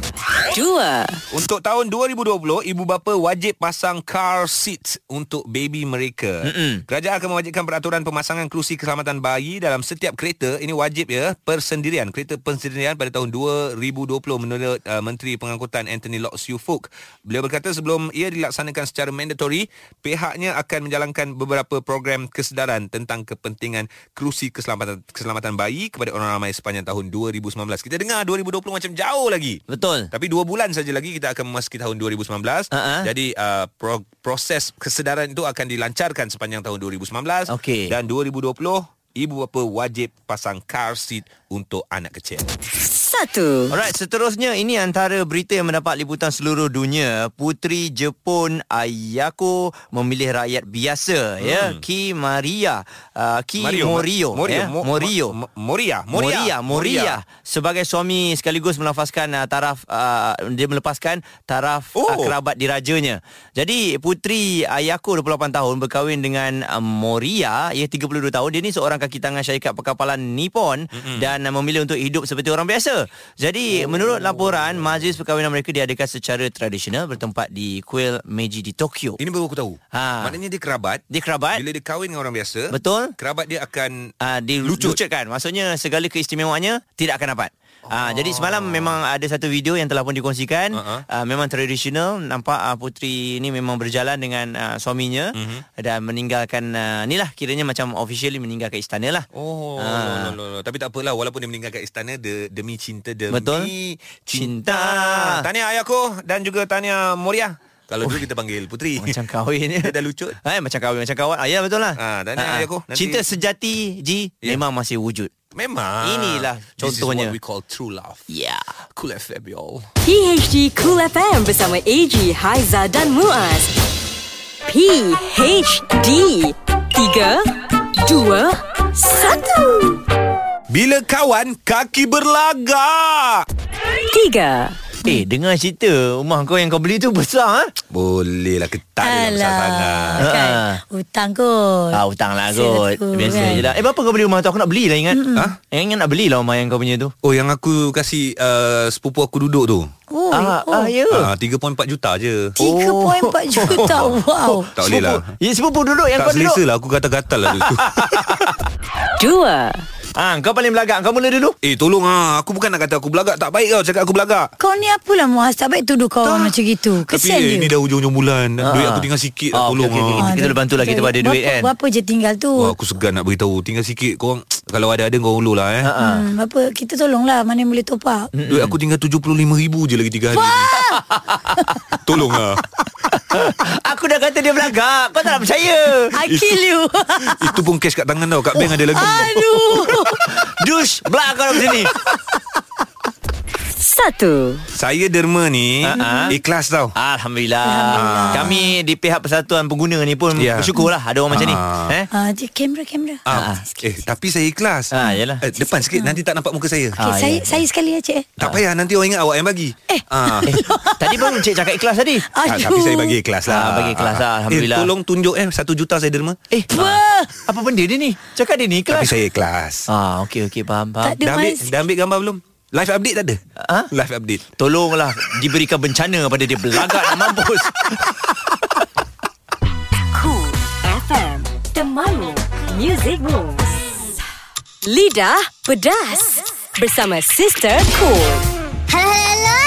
[SPEAKER 1] 2.
[SPEAKER 3] Untuk tahun 2020, ibu bapa wajib pasang car seat untuk baby mereka. Mm-mm. Kerajaan akan mewajibkan peraturan pemasangan kerusi keselamatan bayi dalam setiap kereta. Ini wajib ya, persendirian. Kereta persendirian pada tahun 2020 menurut uh, Menteri Pengangkutan Anthony Lok Siu Fook. Beliau berkata sebelum ia dilaksanakan secara mandatory, pihaknya akan menjalankan beberapa program kesedaran tentang kepentingan kerusi keselamatan keselamatan bayi kepada orang ramai sepanjang tahun 2019. Kita dengar 2020 macam jauh lagi.
[SPEAKER 2] Betul.
[SPEAKER 3] Tapi dua bulan saja lagi kita akan memasuki tahun 2019.
[SPEAKER 2] Ha-ha.
[SPEAKER 3] Jadi uh, pro- proses kesedaran itu akan dilancarkan sepanjang tahun 2019
[SPEAKER 2] Okey.
[SPEAKER 3] dan 2020 ibu bapa wajib pasang car seat untuk anak kecil.
[SPEAKER 1] 1.
[SPEAKER 2] Alright, seterusnya ini antara berita yang mendapat liputan seluruh dunia. Puteri Jepun Ayako memilih rakyat biasa hmm. ya, Ki Maria, uh, Ki Morio,
[SPEAKER 3] Morio,
[SPEAKER 2] ya,
[SPEAKER 3] Mo-
[SPEAKER 2] Morio.
[SPEAKER 3] Mo- Moria,
[SPEAKER 2] Moria,
[SPEAKER 3] Moria,
[SPEAKER 2] Moria sebagai suami sekaligus melafazkan uh, taraf uh, dia melepaskan taraf oh. uh,
[SPEAKER 3] Oh.
[SPEAKER 2] kerabat dirajanya. Jadi puteri Ayako 28 tahun berkahwin dengan uh, Moria ia 32 tahun. Dia ni seorang kaki tangan syarikat perkapalan Nippon mm-hmm. dan uh, memilih untuk hidup seperti orang biasa. Jadi oh. menurut laporan majlis perkahwinan mereka diadakan secara tradisional bertempat di Kuil Meiji di Tokyo.
[SPEAKER 3] Ini baru aku tahu.
[SPEAKER 2] Ha.
[SPEAKER 3] Maknanya dia kerabat.
[SPEAKER 2] Dia kerabat
[SPEAKER 3] Bila dia kahwin dengan orang biasa,
[SPEAKER 2] Betul.
[SPEAKER 3] Kerabat dia akan
[SPEAKER 2] uh, dilucutkan. Maksudnya segala keistimewaannya tidak akan dapat. Ah, jadi semalam memang ada satu video yang telah pun dikongsikan
[SPEAKER 3] Uh-uh.
[SPEAKER 2] uh-huh. uh, memang tradisional nampak uh, puteri ini memang berjalan dengan uh, suaminya
[SPEAKER 3] Mhm.
[SPEAKER 2] uh-huh. dan meninggalkan uh, inilah kiranya macam officially meninggalkan istana lah.
[SPEAKER 3] Oh,
[SPEAKER 2] Ah.
[SPEAKER 3] no, no, no. tapi tak apalah walaupun dia meninggalkan istana de, demi cinta demi
[SPEAKER 2] Betul.
[SPEAKER 3] cinta.
[SPEAKER 2] Cinta.
[SPEAKER 3] Tahniah ayahku dan juga tahniah Moria. Kalau dulu kita panggil puteri.
[SPEAKER 2] Oh. Macam kahwin
[SPEAKER 3] Dia dah lucut.
[SPEAKER 2] Eh, macam kahwin macam kawan. Ah, ya betul lah.
[SPEAKER 3] Ah, dan ni ayah aku, nanti-
[SPEAKER 2] Cinta sejati Ji
[SPEAKER 3] Ya.
[SPEAKER 2] memang masih wujud.
[SPEAKER 3] Memang.
[SPEAKER 2] Inilah
[SPEAKER 3] This is
[SPEAKER 2] contohnya.
[SPEAKER 3] what we call true love.
[SPEAKER 2] Yeah.
[SPEAKER 3] Cool FM y'all.
[SPEAKER 1] PHD Cool FM bersama AG, Haiza dan Muaz. PHD 3 2 1
[SPEAKER 3] Bila kawan kaki berlagak.
[SPEAKER 1] 3
[SPEAKER 2] Eh, dengar cerita rumah kau yang kau beli tu besar ah.
[SPEAKER 3] Bolehlah lah, ketat dia besar sangat.
[SPEAKER 6] kan.
[SPEAKER 2] Ah.
[SPEAKER 6] Hutang kot.
[SPEAKER 2] Ah hutang lah kot
[SPEAKER 6] Silakan.
[SPEAKER 2] Biasa je lah Eh berapa kau beli rumah tu Aku nak beli lah ingat mm. ha? Ingat nak beli lah rumah yang kau punya tu
[SPEAKER 3] Oh yang aku kasih uh, sepupu aku duduk tu.
[SPEAKER 6] Oh,
[SPEAKER 2] Ah,
[SPEAKER 6] oh.
[SPEAKER 2] ah ya
[SPEAKER 3] Ah 3.4 juta je. Oh.
[SPEAKER 6] 3.4 juta. Wow.
[SPEAKER 3] Tak boleh lah.
[SPEAKER 2] Sepupu- Ya sepupu duduk yang kau
[SPEAKER 3] Tak selesa
[SPEAKER 2] duduk
[SPEAKER 3] lah aku gatal-gatal lah dulu.
[SPEAKER 1] 2
[SPEAKER 2] Ah Kau paling belagak Kau mula dulu
[SPEAKER 3] Eh tolong ah Aku bukan nak kata aku belagak Tak baik kau cakap aku belagak
[SPEAKER 6] Kau ni apalah Muaz Tak baik tuduh kau orang Oh, macam gitu
[SPEAKER 3] Tapi
[SPEAKER 6] Kesian
[SPEAKER 3] eh,
[SPEAKER 6] dia
[SPEAKER 3] ni dah hujung-hujung bulan
[SPEAKER 2] Ah.
[SPEAKER 3] Duit aku tinggal sikit
[SPEAKER 2] Ah, okey,
[SPEAKER 3] lah Tolong
[SPEAKER 2] okey, okey.
[SPEAKER 3] ah.
[SPEAKER 2] kita dah bantu lah, kita ada duit
[SPEAKER 6] berapa,
[SPEAKER 2] kan?
[SPEAKER 6] Berapa je tinggal tu
[SPEAKER 3] Wah aku segan nak beritahu Tinggal sikit Korang Kalau ada ada korang ulur lah
[SPEAKER 2] Ah,
[SPEAKER 3] eh
[SPEAKER 6] hmm, Berapa Kita tolonglah Mana yang boleh top up
[SPEAKER 3] Duit aku tinggal RM75,000 je lagi 3 hari ni. Tolong lah
[SPEAKER 2] Aku dah kata dia belagak Kau tak nak percaya
[SPEAKER 6] I kill you
[SPEAKER 3] Itu pun cash kat tangan tau Kat bank ada lagi
[SPEAKER 6] Aduh
[SPEAKER 2] Dus Belak kau dalam sini
[SPEAKER 1] 1
[SPEAKER 3] Saya derma ni
[SPEAKER 2] Ah, ah.
[SPEAKER 3] Ikhlas tau
[SPEAKER 2] Alhamdulillah Kami di pihak Persatuan Pengguna ni pun
[SPEAKER 3] Ya.
[SPEAKER 2] Bersyukur lah Ada orang macam ni
[SPEAKER 3] Ah.
[SPEAKER 2] Eh
[SPEAKER 6] ah, je, Kamera kamera
[SPEAKER 3] ah. Eh tapi saya ikhlas
[SPEAKER 2] Ah, yalah.
[SPEAKER 3] eh, Depan sikit Nanti tak nampak muka saya
[SPEAKER 6] okay,
[SPEAKER 2] ah,
[SPEAKER 6] saya,
[SPEAKER 2] ya.
[SPEAKER 6] saya sekali ya cik eh.
[SPEAKER 3] Tak payah Nanti orang ingat awak yang bagi eh. Ah.
[SPEAKER 2] Eh, tadi baru Encik cakap ikhlas tadi
[SPEAKER 3] Ah, tapi saya bagi ikhlas lah
[SPEAKER 2] Ah, bagi ikhlas lah, Alhamdulillah.
[SPEAKER 3] eh, Tolong tunjuk eh Satu juta saya derma
[SPEAKER 2] Eh ah. Apa benda dia ni Cakap dia ni ikhlas
[SPEAKER 3] Tapi saya ikhlas
[SPEAKER 2] Ah, okey okey faham
[SPEAKER 6] Tak
[SPEAKER 2] faham.
[SPEAKER 6] ada
[SPEAKER 3] dah ambil,
[SPEAKER 6] mas
[SPEAKER 3] dah ambil gambar belum? Live update tak ada?
[SPEAKER 2] Ha?
[SPEAKER 3] Live update
[SPEAKER 2] Tolonglah diberikan bencana pada dia belagak nak mampus.
[SPEAKER 1] Cool FM Temanmu Music Moves Lidah Pedas Bersama Sister Cool
[SPEAKER 7] Hello, hello.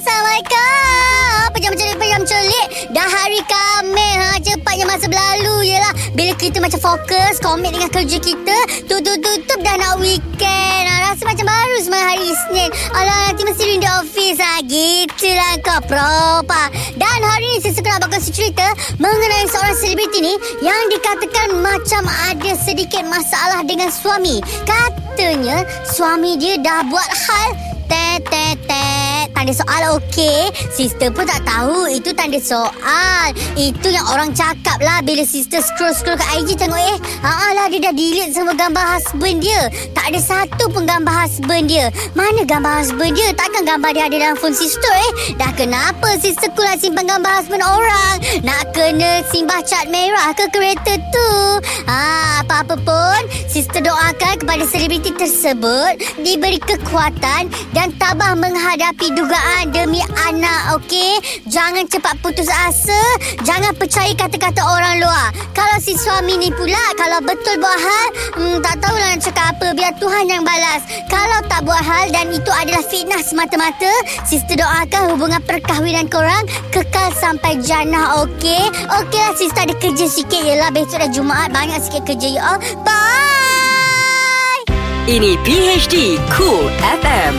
[SPEAKER 7] Assalamualaikum. Apa jam celik, apa jam celik? Dah hari Khamis. Ha, cepatnya masa berlalu. Yelah, bila kita macam fokus, komit dengan kerja kita, tutup-tutup dah nak weekend. Ha, rasa macam baru semalam hari Isnin. Alah, nanti mesti rindu office. Ha, gitulah kau, propa. Dan hari ini saya suka nak bakal cerita mengenai seorang selebriti ni yang dikatakan macam ada sedikit masalah dengan suami. Kata Katanya suami dia dah buat hal tet tet tet tanda soal okey. Sister pun tak tahu itu tanda soal. Itu yang orang cakap lah bila sister scroll-scroll kat IG tengok eh. Haa lah dia dah delete semua gambar husband dia. Tak ada satu pun gambar husband dia. Mana gambar husband dia? Takkan gambar dia ada dalam phone sister eh. Dah kenapa sister ku lah simpan gambar husband orang? Nak kena simbah cat merah ke kereta tu? Ha, apa-apa pun, sister doakan kepada selebriti tersebut diberi kekuatan dan tabah menghadapi dugaan demi anak, okey? Jangan cepat putus asa, jangan percaya kata-kata orang luar. Kalau si suami ni pula, kalau betul buat hal, hmm, tak tahulah nak cakap apa, biar Tuhan yang balas. Kalau tak buat hal dan itu adalah fitnah semata-mata, sister doakan hubungan perkahwinan korang kekal sampai jannah, okey? Okeylah sister ada kerja sikit, yelah besok dah Jumaat, banyak sikit kerja, ya you all. Bye!
[SPEAKER 1] Ini PHD Cool FM.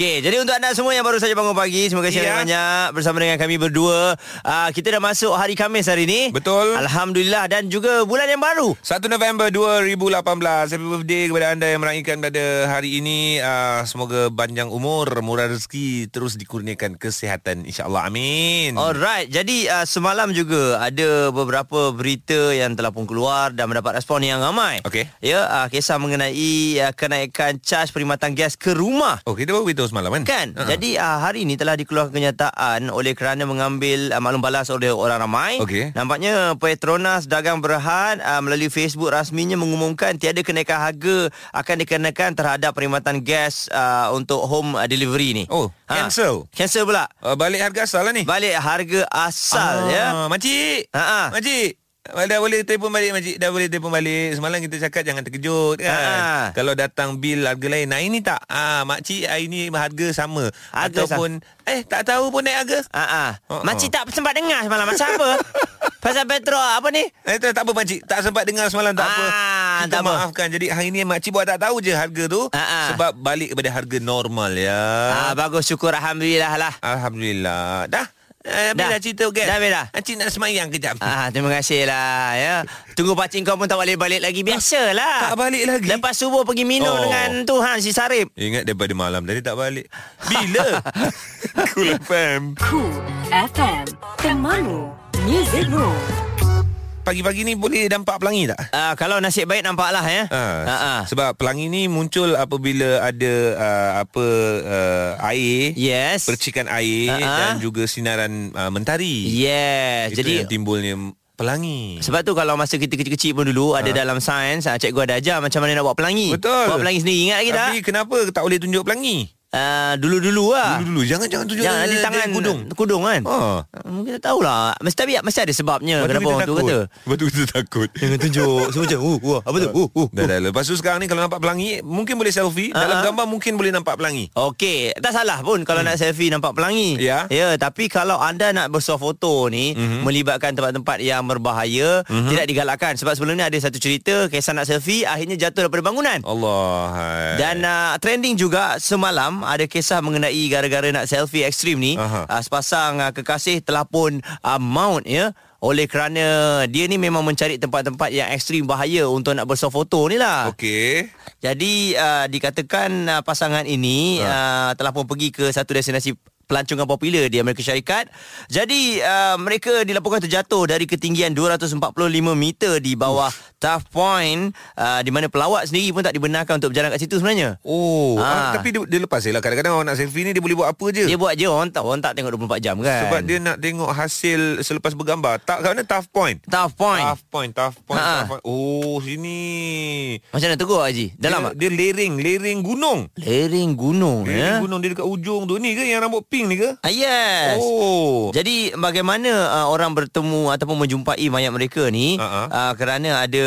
[SPEAKER 2] Okey, jadi untuk anda semua yang baru saja bangun pagi, terima kasih
[SPEAKER 3] Ya.
[SPEAKER 2] yeah. banyak bersama dengan kami berdua. Uh, kita dah masuk hari Khamis hari ini.
[SPEAKER 3] Betul.
[SPEAKER 2] Alhamdulillah dan juga bulan yang baru.
[SPEAKER 3] 1 November 2018 Happy birthday kepada anda yang meraihkan pada hari ini uh, Semoga panjang umur, murah rezeki Terus dikurniakan kesihatan InsyaAllah amin
[SPEAKER 2] Alright, jadi uh, semalam juga ada beberapa berita yang telah pun keluar dan mendapat respon yang ramai.
[SPEAKER 3] Okey.
[SPEAKER 2] Ya, uh, kisah mengenai uh, kenaikan caj perkhidmatan gas ke rumah.
[SPEAKER 3] Oh kita baru beritahu semalam kan?
[SPEAKER 2] Kan? Uh-huh. Jadi uh, hari ini telah dikeluarkan kenyataan oleh kerana mengambil uh, maklum balas oleh orang ramai.
[SPEAKER 3] Okey.
[SPEAKER 2] Nampaknya Petronas Dagang Berhad uh, melalui Facebook rasminya mengumumkan tiada kenaikan harga akan dikenakan terhadap perkhidmatan gas uh, untuk home uh, delivery ni. Ha.
[SPEAKER 3] Oh, cancel?
[SPEAKER 2] Cancel pula.
[SPEAKER 3] uh, Balik harga asal lah ni
[SPEAKER 2] Balik harga
[SPEAKER 3] Ah.
[SPEAKER 2] asal ya.
[SPEAKER 3] Makcik
[SPEAKER 2] Ha, ha.
[SPEAKER 3] Makcik Ah, Dah boleh telefon balik makcik Dah boleh telefon balik Semalam kita cakap jangan terkejut kan
[SPEAKER 2] Ha, ha.
[SPEAKER 3] Kalau datang bil harga lain Nah ini tak ah, Makcik hari ni harga sama
[SPEAKER 2] Harga
[SPEAKER 3] Ataupun sama. Eh tak tahu pun naik harga
[SPEAKER 2] Ha ah.
[SPEAKER 3] Uh-uh.
[SPEAKER 2] Makcik tak sempat dengar semalam macam apa? Pasal petrol apa ni?
[SPEAKER 3] Eh, tak, tak apa makcik Tak sempat dengar semalam Tak apa
[SPEAKER 2] Ah,
[SPEAKER 3] Kita
[SPEAKER 2] tak apa.
[SPEAKER 3] maafkan Jadi hari ni makcik buat tak tahu je harga tu
[SPEAKER 2] Ah, ah.
[SPEAKER 3] Sebab balik kepada harga normal ya
[SPEAKER 2] Ah bagus syukur alhamdulillah lah.
[SPEAKER 3] Alhamdulillah Dah Eh,
[SPEAKER 2] Dah.
[SPEAKER 3] dah. dah cerita kan?
[SPEAKER 2] Dah habis lah dah?
[SPEAKER 3] Makcik nak semayang kejap
[SPEAKER 2] Ah, terima kasih lah ya. Tunggu pakcik kau pun tak boleh balik lagi Biasalah
[SPEAKER 3] Tak balik lagi?
[SPEAKER 2] Lepas subuh pergi minum oh.
[SPEAKER 3] Oh.
[SPEAKER 2] dengan Tuhan si Sarip
[SPEAKER 3] Ingat daripada malam tadi tak balik Bila? cool FM
[SPEAKER 1] Cool FM. Temanmu. Music Room.
[SPEAKER 3] Pagi-pagi ni boleh dampak pelangi tak?
[SPEAKER 2] ah, Kalau nasib baik nampaklah ya
[SPEAKER 3] Ha,
[SPEAKER 2] Ah, ah.
[SPEAKER 3] Sebab pelangi ni muncul apabila ada uh, apa uh, air
[SPEAKER 2] Yes
[SPEAKER 3] Percikan air
[SPEAKER 2] Ha, ha.
[SPEAKER 3] Dan juga sinaran uh, mentari
[SPEAKER 2] Yes
[SPEAKER 3] Itu
[SPEAKER 2] Jadi
[SPEAKER 3] yang timbulnya pelangi
[SPEAKER 2] sebab tu kalau masa kita kecil-kecil pun dulu Ada dalam sains ah, Cikgu ada ajar macam mana nak buat pelangi
[SPEAKER 3] Betul.
[SPEAKER 2] Buat pelangi sendiri ingat lagi tak?
[SPEAKER 3] Tapi kenapa tak boleh tunjuk pelangi?
[SPEAKER 2] Ah, Dulu-dulu lah
[SPEAKER 3] Dulu-dulu Jangan jangan tunjuk
[SPEAKER 2] Jangan nanti
[SPEAKER 3] dia- dia
[SPEAKER 2] tangan
[SPEAKER 3] Kudung
[SPEAKER 2] Kudung kan
[SPEAKER 3] Ha.
[SPEAKER 2] Mungkin tak tahulah Mesti, tapi, mesti ada sebabnya
[SPEAKER 3] Lepas tu
[SPEAKER 2] Kenapa
[SPEAKER 3] kita
[SPEAKER 2] orang tu
[SPEAKER 3] takut.
[SPEAKER 2] kata
[SPEAKER 3] Lepas tu kita takut
[SPEAKER 2] Jangan tunjuk Semua macam uh, uh, Apa tu uh, uh,
[SPEAKER 3] Dah dah Lepas tu sekarang ni Kalau nampak pelangi Mungkin boleh selfie
[SPEAKER 2] Ha,
[SPEAKER 3] Dalam
[SPEAKER 2] ha.
[SPEAKER 3] gambar mungkin boleh nampak pelangi
[SPEAKER 2] Okey, tak salah pun kalau hmm. nak selfie nampak pelangi.
[SPEAKER 3] Ya. Mhm.
[SPEAKER 2] Ya, tapi kalau anda nak bersuafoto ni mm-hmm. melibatkan tempat-tempat yang berbahaya, mm-hmm. tidak digalakkan sebab sebelum ni ada satu cerita kisah nak selfie akhirnya jatuh daripada bangunan.
[SPEAKER 3] Allah hai.
[SPEAKER 2] Dan uh, trending juga semalam ada kisah mengenai gara-gara nak selfie ekstrim ni
[SPEAKER 3] Aha.
[SPEAKER 2] uh, sepasang uh, kekasih telah pun uh, mount ya oleh kerana dia ni memang mencari tempat-tempat yang ekstrim bahaya untuk nak bersuafoto ni lah.
[SPEAKER 3] Okey
[SPEAKER 2] Jadi uh, dikatakan uh, pasangan ini uh, telah pun pergi ke satu destinasi pelancongan popular di Amerika Syarikat. Jadi uh, mereka dilaporkan terjatuh dari ketinggian 245 meter di bawah Taft Point uh, di mana pelawat sendiri pun tak dibenarkan untuk berjalan kat situ sebenarnya. Ah.
[SPEAKER 3] Oh, ha. ah, tapi dia, dia lepas je lah. Kadang-kadang orang nak selfie ni dia boleh buat apa je.
[SPEAKER 2] Dia buat je orang tak orang tak tengok 24 jam kan.
[SPEAKER 3] sebab dia nak tengok hasil selepas bergambar. Tak kat mana tough point.
[SPEAKER 2] Taft Point.
[SPEAKER 3] Tough point, tough point,
[SPEAKER 2] Ha.
[SPEAKER 3] tough point. Oh, sini.
[SPEAKER 2] Macam mana tegur Haji? Dalam tak?
[SPEAKER 3] dia, dia lereng, lereng gunung.
[SPEAKER 2] Lereng gunung
[SPEAKER 3] Lereng
[SPEAKER 2] ya.
[SPEAKER 3] gunung dia dekat ujung tu. Ni ke yang rambut pink ni ke?
[SPEAKER 2] Ah, yes.
[SPEAKER 3] Oh.
[SPEAKER 2] Jadi bagaimana uh, orang bertemu ataupun menjumpai mayat mereka ni
[SPEAKER 3] Ha, ha.
[SPEAKER 2] uh, kerana ada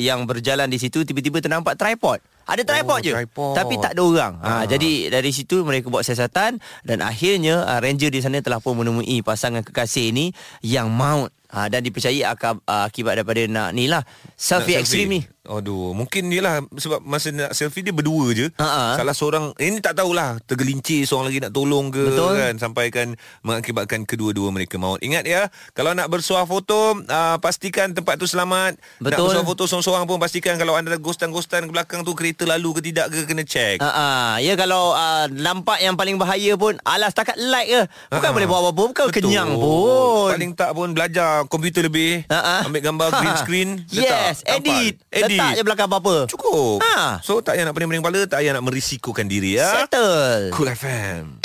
[SPEAKER 2] yang berjalan di situ tiba-tiba ternampak tripod. Ada tripod
[SPEAKER 3] Oh,
[SPEAKER 2] je
[SPEAKER 3] tripod.
[SPEAKER 2] tapi tak ada orang. Ha, jadi dari situ mereka buat siasatan dan akhirnya uh, ranger di sana telah pun menemui pasangan kekasih ni yang maut. Ha, dan dipercayai akab, uh, akibat daripada nak ni lah selfie
[SPEAKER 3] Nak selfie.
[SPEAKER 2] ekstrim ni.
[SPEAKER 3] Aduh, mungkin yelah sebab masa nak selfie dia berdua je.
[SPEAKER 2] Ha, ha.
[SPEAKER 3] Salah seorang eh, ini tak tahulah tergelincir seorang lagi nak tolong ke
[SPEAKER 2] Betul.
[SPEAKER 3] kan sampai kan mengakibatkan kedua-dua mereka maut. Ingat ya, kalau nak bersuah foto uh, pastikan tempat tu selamat. Nak
[SPEAKER 2] Betul.
[SPEAKER 3] bersuah foto seorang-seorang pun pastikan kalau anda ghostan-ghostan ke belakang tu kereta lalu ke tidak ke kena check.
[SPEAKER 2] Ha ah, ya kalau uh, lampak yang paling bahaya pun alah setakat like je. Bukan
[SPEAKER 3] Ha.
[SPEAKER 2] boleh buat apa-apa, bukan oh,
[SPEAKER 3] Betul.
[SPEAKER 2] kenyang pun.
[SPEAKER 3] Paling tak pun belajar komputer lebih.
[SPEAKER 2] Ha-ha.
[SPEAKER 3] Ambil gambar
[SPEAKER 2] Ha.
[SPEAKER 3] green screen, letak.
[SPEAKER 2] Yes, edit.
[SPEAKER 3] Tampan. Edit.
[SPEAKER 2] Letak je belakang apa-apa.
[SPEAKER 3] Cukup.
[SPEAKER 2] Ha.
[SPEAKER 3] So tak payah nak pening-pening kepala, tak payah nak merisikokan diri ya.
[SPEAKER 2] Settle.
[SPEAKER 3] Cool FM.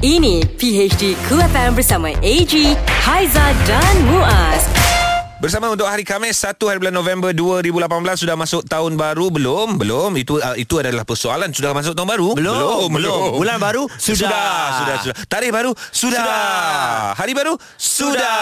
[SPEAKER 1] Ini PHD Cool FM bersama AG, Haiza dan Muaz.
[SPEAKER 3] Bersama untuk hari Khamis 1 hari bulan November 2018 sudah masuk tahun baru belum? Belum. Itu uh, itu adalah persoalan sudah masuk tahun baru?
[SPEAKER 2] Belum, belum. Bulan baru? Sudah.
[SPEAKER 3] Sudah, sudah, sudah. Tarikh baru? Sudah.
[SPEAKER 2] Sudah.
[SPEAKER 3] Hari baru? Sudah.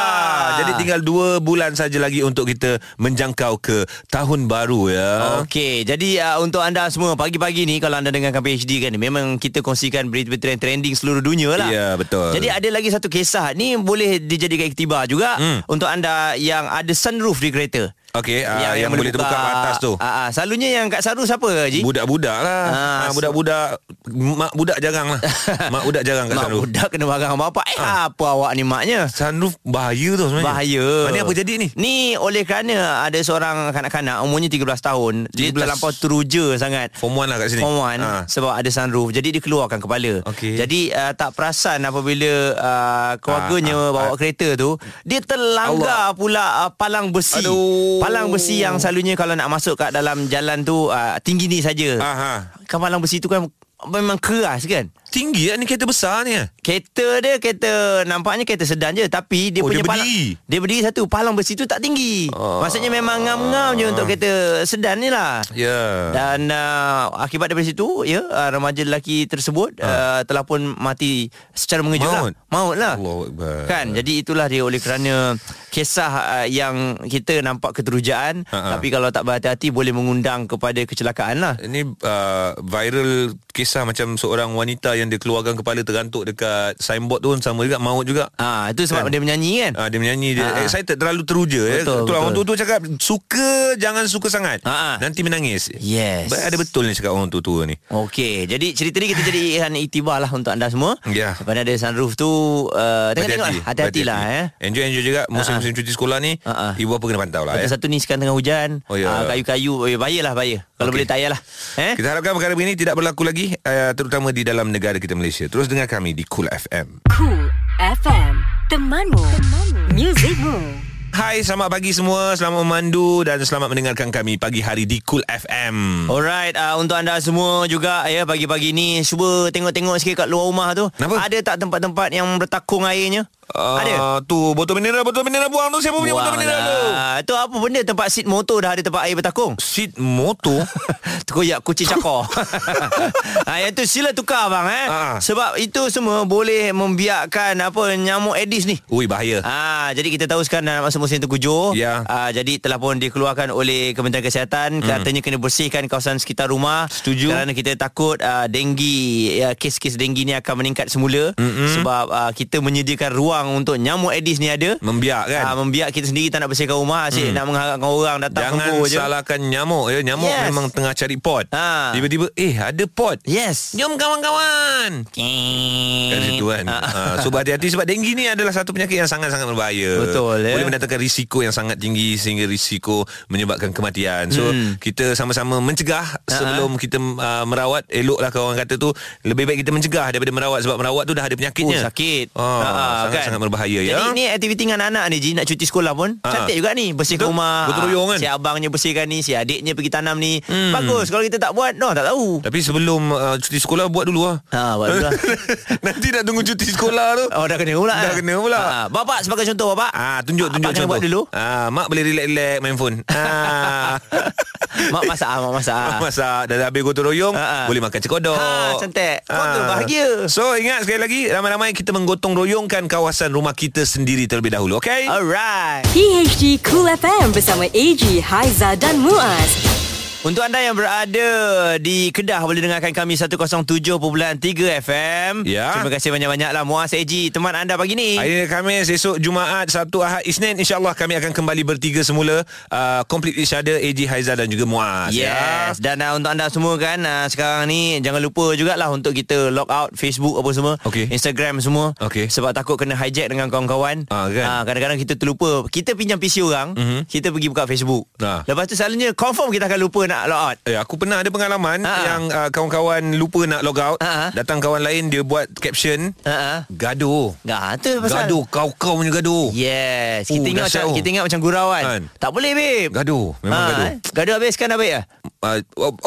[SPEAKER 3] Jadi tinggal 2 bulan saja lagi untuk kita menjangkau ke tahun baru ya.
[SPEAKER 2] Okey, jadi uh, untuk anda semua pagi-pagi ni kalau anda dengarkan PhD kan memang kita kongsikan berita-berita yang trending seluruh dunia lah.
[SPEAKER 3] Ya, betul.
[SPEAKER 2] Jadi ada lagi satu kisah ni boleh dijadikan iktibar juga hmm. untuk anda yang ada sunroof di kereta.
[SPEAKER 3] Okey, ah, yang boleh terbuka ke atas tu.
[SPEAKER 2] Ah, ah, selalunya yang kat Saru siapa Haji?
[SPEAKER 3] Budak-budak lah
[SPEAKER 2] Ah,
[SPEAKER 3] ha, Budak-budak Mak budak jarang lah Mak budak jarang kat
[SPEAKER 2] Mak
[SPEAKER 3] sunroof
[SPEAKER 2] budak kena barang sama bapak. Eh, apa awak ni maknya?
[SPEAKER 3] Sunroof bahaya tu sebenarnya
[SPEAKER 2] Bahaya
[SPEAKER 3] Maknanya apa jadi ni?
[SPEAKER 2] Ni oleh kerana Ada seorang kanak-kanak Umurnya 13 tahun 13. Dia
[SPEAKER 3] 13.
[SPEAKER 2] terlampau teruja sangat
[SPEAKER 3] Form 1 lah kat sini
[SPEAKER 2] Form 1
[SPEAKER 3] Ah.
[SPEAKER 2] Sebab ada sunroof Jadi dia keluarkan kepala
[SPEAKER 3] Okey.
[SPEAKER 2] Jadi uh, tak perasan Apabila uh, Keluarganya
[SPEAKER 3] Ah, ah,
[SPEAKER 2] bawa
[SPEAKER 3] ah.
[SPEAKER 2] kereta tu Dia terlanggar Allah. pula uh, Palang besi
[SPEAKER 3] Aduh.
[SPEAKER 2] Palang besi yang selalunya Kalau nak masuk kat dalam jalan tu uh, Tinggi ni saja
[SPEAKER 3] Aha.
[SPEAKER 2] Kan palang besi tu kan Memang keras kan
[SPEAKER 3] Tinggi lah ni kereta besar ni
[SPEAKER 2] Kereta dia kereta nampaknya kereta sedan je tapi dia
[SPEAKER 3] Oh,
[SPEAKER 2] punya
[SPEAKER 3] dia
[SPEAKER 2] palang
[SPEAKER 3] berdiri. Ah.
[SPEAKER 2] dia berdiri satu palang besi tu tak tinggi. Oh. Maksudnya memang ngam-ngam je untuk kereta sedan ni lah.
[SPEAKER 3] Ya yeah.
[SPEAKER 2] Dan uh, akibat daripada situ ya uh, remaja lelaki tersebut uh, telah pun mati secara mengejutlah.
[SPEAKER 3] Ah. Maut.
[SPEAKER 2] Maut lah.
[SPEAKER 3] Allahu Akbar.
[SPEAKER 2] Kan jadi itulah dia oleh kerana kisah uh, yang kita nampak keterujaan
[SPEAKER 3] Ha-ha.
[SPEAKER 2] tapi kalau tak berhati-hati boleh mengundang kepada kecelakaan lah.
[SPEAKER 3] Ini uh, viral kisah macam seorang wanita yang dia keluarkan kepala terantuk dekat signboard tu pun sama juga maut juga.
[SPEAKER 2] Ah itu sebab
[SPEAKER 3] Kan.
[SPEAKER 2] dia menyanyi kan.
[SPEAKER 3] Ah, dia menyanyi dia
[SPEAKER 2] Ah.
[SPEAKER 3] ha. excited terlalu teruja ya.
[SPEAKER 2] Betul,
[SPEAKER 3] Itulah orang
[SPEAKER 2] betul.
[SPEAKER 3] tua-tua cakap suka jangan suka sangat.
[SPEAKER 2] Ah, ah.
[SPEAKER 3] Nanti menangis.
[SPEAKER 2] Yes.
[SPEAKER 3] Ba- Ada betul ni cakap orang tua-tua ni.
[SPEAKER 2] Okey, jadi cerita ni kita jadi han itibar lah untuk anda semua.
[SPEAKER 3] Ya.
[SPEAKER 2] Pada ada sunroof tu uh, tengok-tengok lah, hati-hatilah eh.
[SPEAKER 3] Enjoy-enjoy juga musim-musim cuti sekolah ni.
[SPEAKER 2] Ah, ah.
[SPEAKER 3] Ibu apa kena pantau lah
[SPEAKER 2] Kata
[SPEAKER 3] ya.
[SPEAKER 2] satu ni sekarang tengah hujan
[SPEAKER 3] Oh, ya.
[SPEAKER 2] Ah, Kayu-kayu eh, Bahaya lah bahaya Kalau
[SPEAKER 3] Okey.
[SPEAKER 2] boleh tak payahlah eh?
[SPEAKER 3] Kita harapkan perkara begini tidak berlaku lagi uh, terutama di dalam negara kita Malaysia. Terus dengar kami di Cool FM.
[SPEAKER 1] Cool FM, temanmu, temanmu. muzikmu.
[SPEAKER 3] Hai, selamat pagi semua. Selamat memandu dan selamat mendengarkan kami pagi hari di Cool FM.
[SPEAKER 2] Alright, uh, untuk anda semua juga ya pagi-pagi ni cuba tengok-tengok sikit kat luar rumah tu.
[SPEAKER 3] Kenapa?
[SPEAKER 2] Ada tak tempat-tempat yang bertakung airnya?
[SPEAKER 3] Ah,
[SPEAKER 2] ada.
[SPEAKER 3] Tu botol mineral, botol mineral buang tu. Siapa punya botol mineral tu?
[SPEAKER 2] Buanglah. Tu apa benda tempat seat motor dah ada tempat air bertakung?
[SPEAKER 3] Seat motor.
[SPEAKER 2] Terkoyak kucing cakor ha, Yang tu sila tukar bang eh
[SPEAKER 3] Ah.
[SPEAKER 2] Sebab itu semua boleh membiarkan apa nyamuk Aedes ni
[SPEAKER 3] Ui, bahaya.
[SPEAKER 2] Ah, jadi kita tahu sekarang dalam masa musim terkujur
[SPEAKER 3] Ya. Hmm.
[SPEAKER 2] ah, Jadi telah pun dikeluarkan oleh Kementerian Kesihatan Katanya kena bersihkan kawasan sekitar rumah
[SPEAKER 3] Setuju.
[SPEAKER 2] Kerana kita takut ah, denggi ya, Kes-kes denggi ni akan meningkat semula Mm-mm. Sebab ah, kita menyediakan ruang untuk nyamuk Aedes ni ada
[SPEAKER 3] Membiak kan? Mm.
[SPEAKER 2] Ah, membiar kita sendiri tak nak bersihkan rumah asyik nak mengharapkan orang datang
[SPEAKER 3] Jangan
[SPEAKER 2] kembur je.
[SPEAKER 3] salahkan nyamuk ya. Nyamuk
[SPEAKER 2] Yes.
[SPEAKER 3] memang tengah cari pot.
[SPEAKER 2] Ah.
[SPEAKER 3] Tiba-tiba, eh ada pot.
[SPEAKER 2] Yes.
[SPEAKER 3] Jom kawan-kawan. Kat
[SPEAKER 2] Eh.
[SPEAKER 3] situ kan. Ah, so berhati-hati sebab denggi ni adalah satu penyakit yang sangat-sangat berbahaya.
[SPEAKER 2] Betul, ya.
[SPEAKER 3] Boleh mendatangkan risiko yang sangat tinggi sehingga risiko menyebabkan kematian. So hmm. kita sama-sama mencegah
[SPEAKER 2] Ah,
[SPEAKER 3] sebelum kita uh, merawat eloklah kalau orang kata tu lebih baik kita mencegah daripada merawat sebab merawat tu dah ada penyakitnya.
[SPEAKER 2] Oh, sakit. kan.
[SPEAKER 3] Ah, sangat-sangat berbahaya
[SPEAKER 2] Jadi
[SPEAKER 3] ya.
[SPEAKER 2] Jadi ni aktiviti dengan anak-anak ni Ji nak cuti sekolah pun
[SPEAKER 3] Ah.
[SPEAKER 2] cantik juga ni bersihkan
[SPEAKER 3] Betul.
[SPEAKER 2] rumah.
[SPEAKER 3] Gotong royong kan? Hmm.
[SPEAKER 2] Si abangnya bersihkan ni, si adiknya pergi tanam ni. Bagus kalau kita tak buat, no tak tahu.
[SPEAKER 3] Tapi sebelum uh, cuti sekolah buat dulu lah.
[SPEAKER 2] Ha, buat dulu lah.
[SPEAKER 3] Nanti nak tunggu cuti sekolah tu.
[SPEAKER 2] Oh dah kena pula.
[SPEAKER 3] Dah
[SPEAKER 2] eh?
[SPEAKER 3] kena pula.
[SPEAKER 2] Ah, bapak sebagai contoh bapak.
[SPEAKER 3] Ah, tunjuk tunjuk
[SPEAKER 2] Abang kena
[SPEAKER 3] contoh.
[SPEAKER 2] buat dulu.
[SPEAKER 3] Ah, mak boleh relax-relax main phone. Ah.
[SPEAKER 2] mak masak, ah, mak masak. ah.
[SPEAKER 3] Ah. Masak Dah habis gotong royong
[SPEAKER 2] Ah, ah.
[SPEAKER 3] Boleh makan cekodok
[SPEAKER 2] Ha, cantik. Kau
[SPEAKER 3] Ah.
[SPEAKER 2] tu bahagia.
[SPEAKER 3] So ingat sekali lagi Ramai-ramai kita menggotong royongkan Kawasan rumah kita sendiri Terlebih dahulu Okay
[SPEAKER 2] Alright.
[SPEAKER 1] PHD Cool FM bersama AG, Haiza dan Muaz.
[SPEAKER 2] Untuk anda yang berada di Kedah boleh dengarkan kami 107.3 FM.
[SPEAKER 3] Ya.
[SPEAKER 2] Terima kasih banyak-banyak lah Muaz Eji teman anda pagi ni.
[SPEAKER 3] Hari ini Khamis, esok Jumaat, Sabtu, Ahad, Isnin InsyaAllah kami akan kembali bertiga semula uh, Complete each other AJ Haizal dan juga Muaz
[SPEAKER 2] Yes
[SPEAKER 3] ya.
[SPEAKER 2] Dan uh, untuk anda semua kan uh, Sekarang ni Jangan lupa jugalah Untuk kita log out Facebook apa semua
[SPEAKER 3] Okey.
[SPEAKER 2] Instagram semua
[SPEAKER 3] Okey.
[SPEAKER 2] Sebab takut kena hijack Dengan kawan-kawan
[SPEAKER 3] Ah, kan?
[SPEAKER 2] Ah, Kadang-kadang kita terlupa Kita pinjam PC orang
[SPEAKER 3] Mhm.
[SPEAKER 2] Kita pergi buka Facebook
[SPEAKER 3] Ah.
[SPEAKER 2] Lepas tu selalunya Confirm kita akan lupa nak log out
[SPEAKER 3] Eh, aku pernah ada pengalaman
[SPEAKER 2] Ha.
[SPEAKER 3] Yang uh, kawan-kawan lupa nak log out
[SPEAKER 2] Ha.
[SPEAKER 3] Datang kawan lain dia buat caption
[SPEAKER 2] uh-huh.
[SPEAKER 3] Gaduh
[SPEAKER 2] Gak tu pasal
[SPEAKER 3] Gaduh, kau-kau punya gaduh
[SPEAKER 2] Yes Kita
[SPEAKER 3] Oh,
[SPEAKER 2] ingat
[SPEAKER 3] dahsyat
[SPEAKER 2] macam
[SPEAKER 3] oh.
[SPEAKER 2] Kita ingat macam gurau kan
[SPEAKER 3] Kan?
[SPEAKER 2] Tak boleh babe
[SPEAKER 3] Gaduh, memang
[SPEAKER 2] Ah,
[SPEAKER 3] gaduh
[SPEAKER 2] eh. Gaduh habiskan dah baik lah
[SPEAKER 3] uh,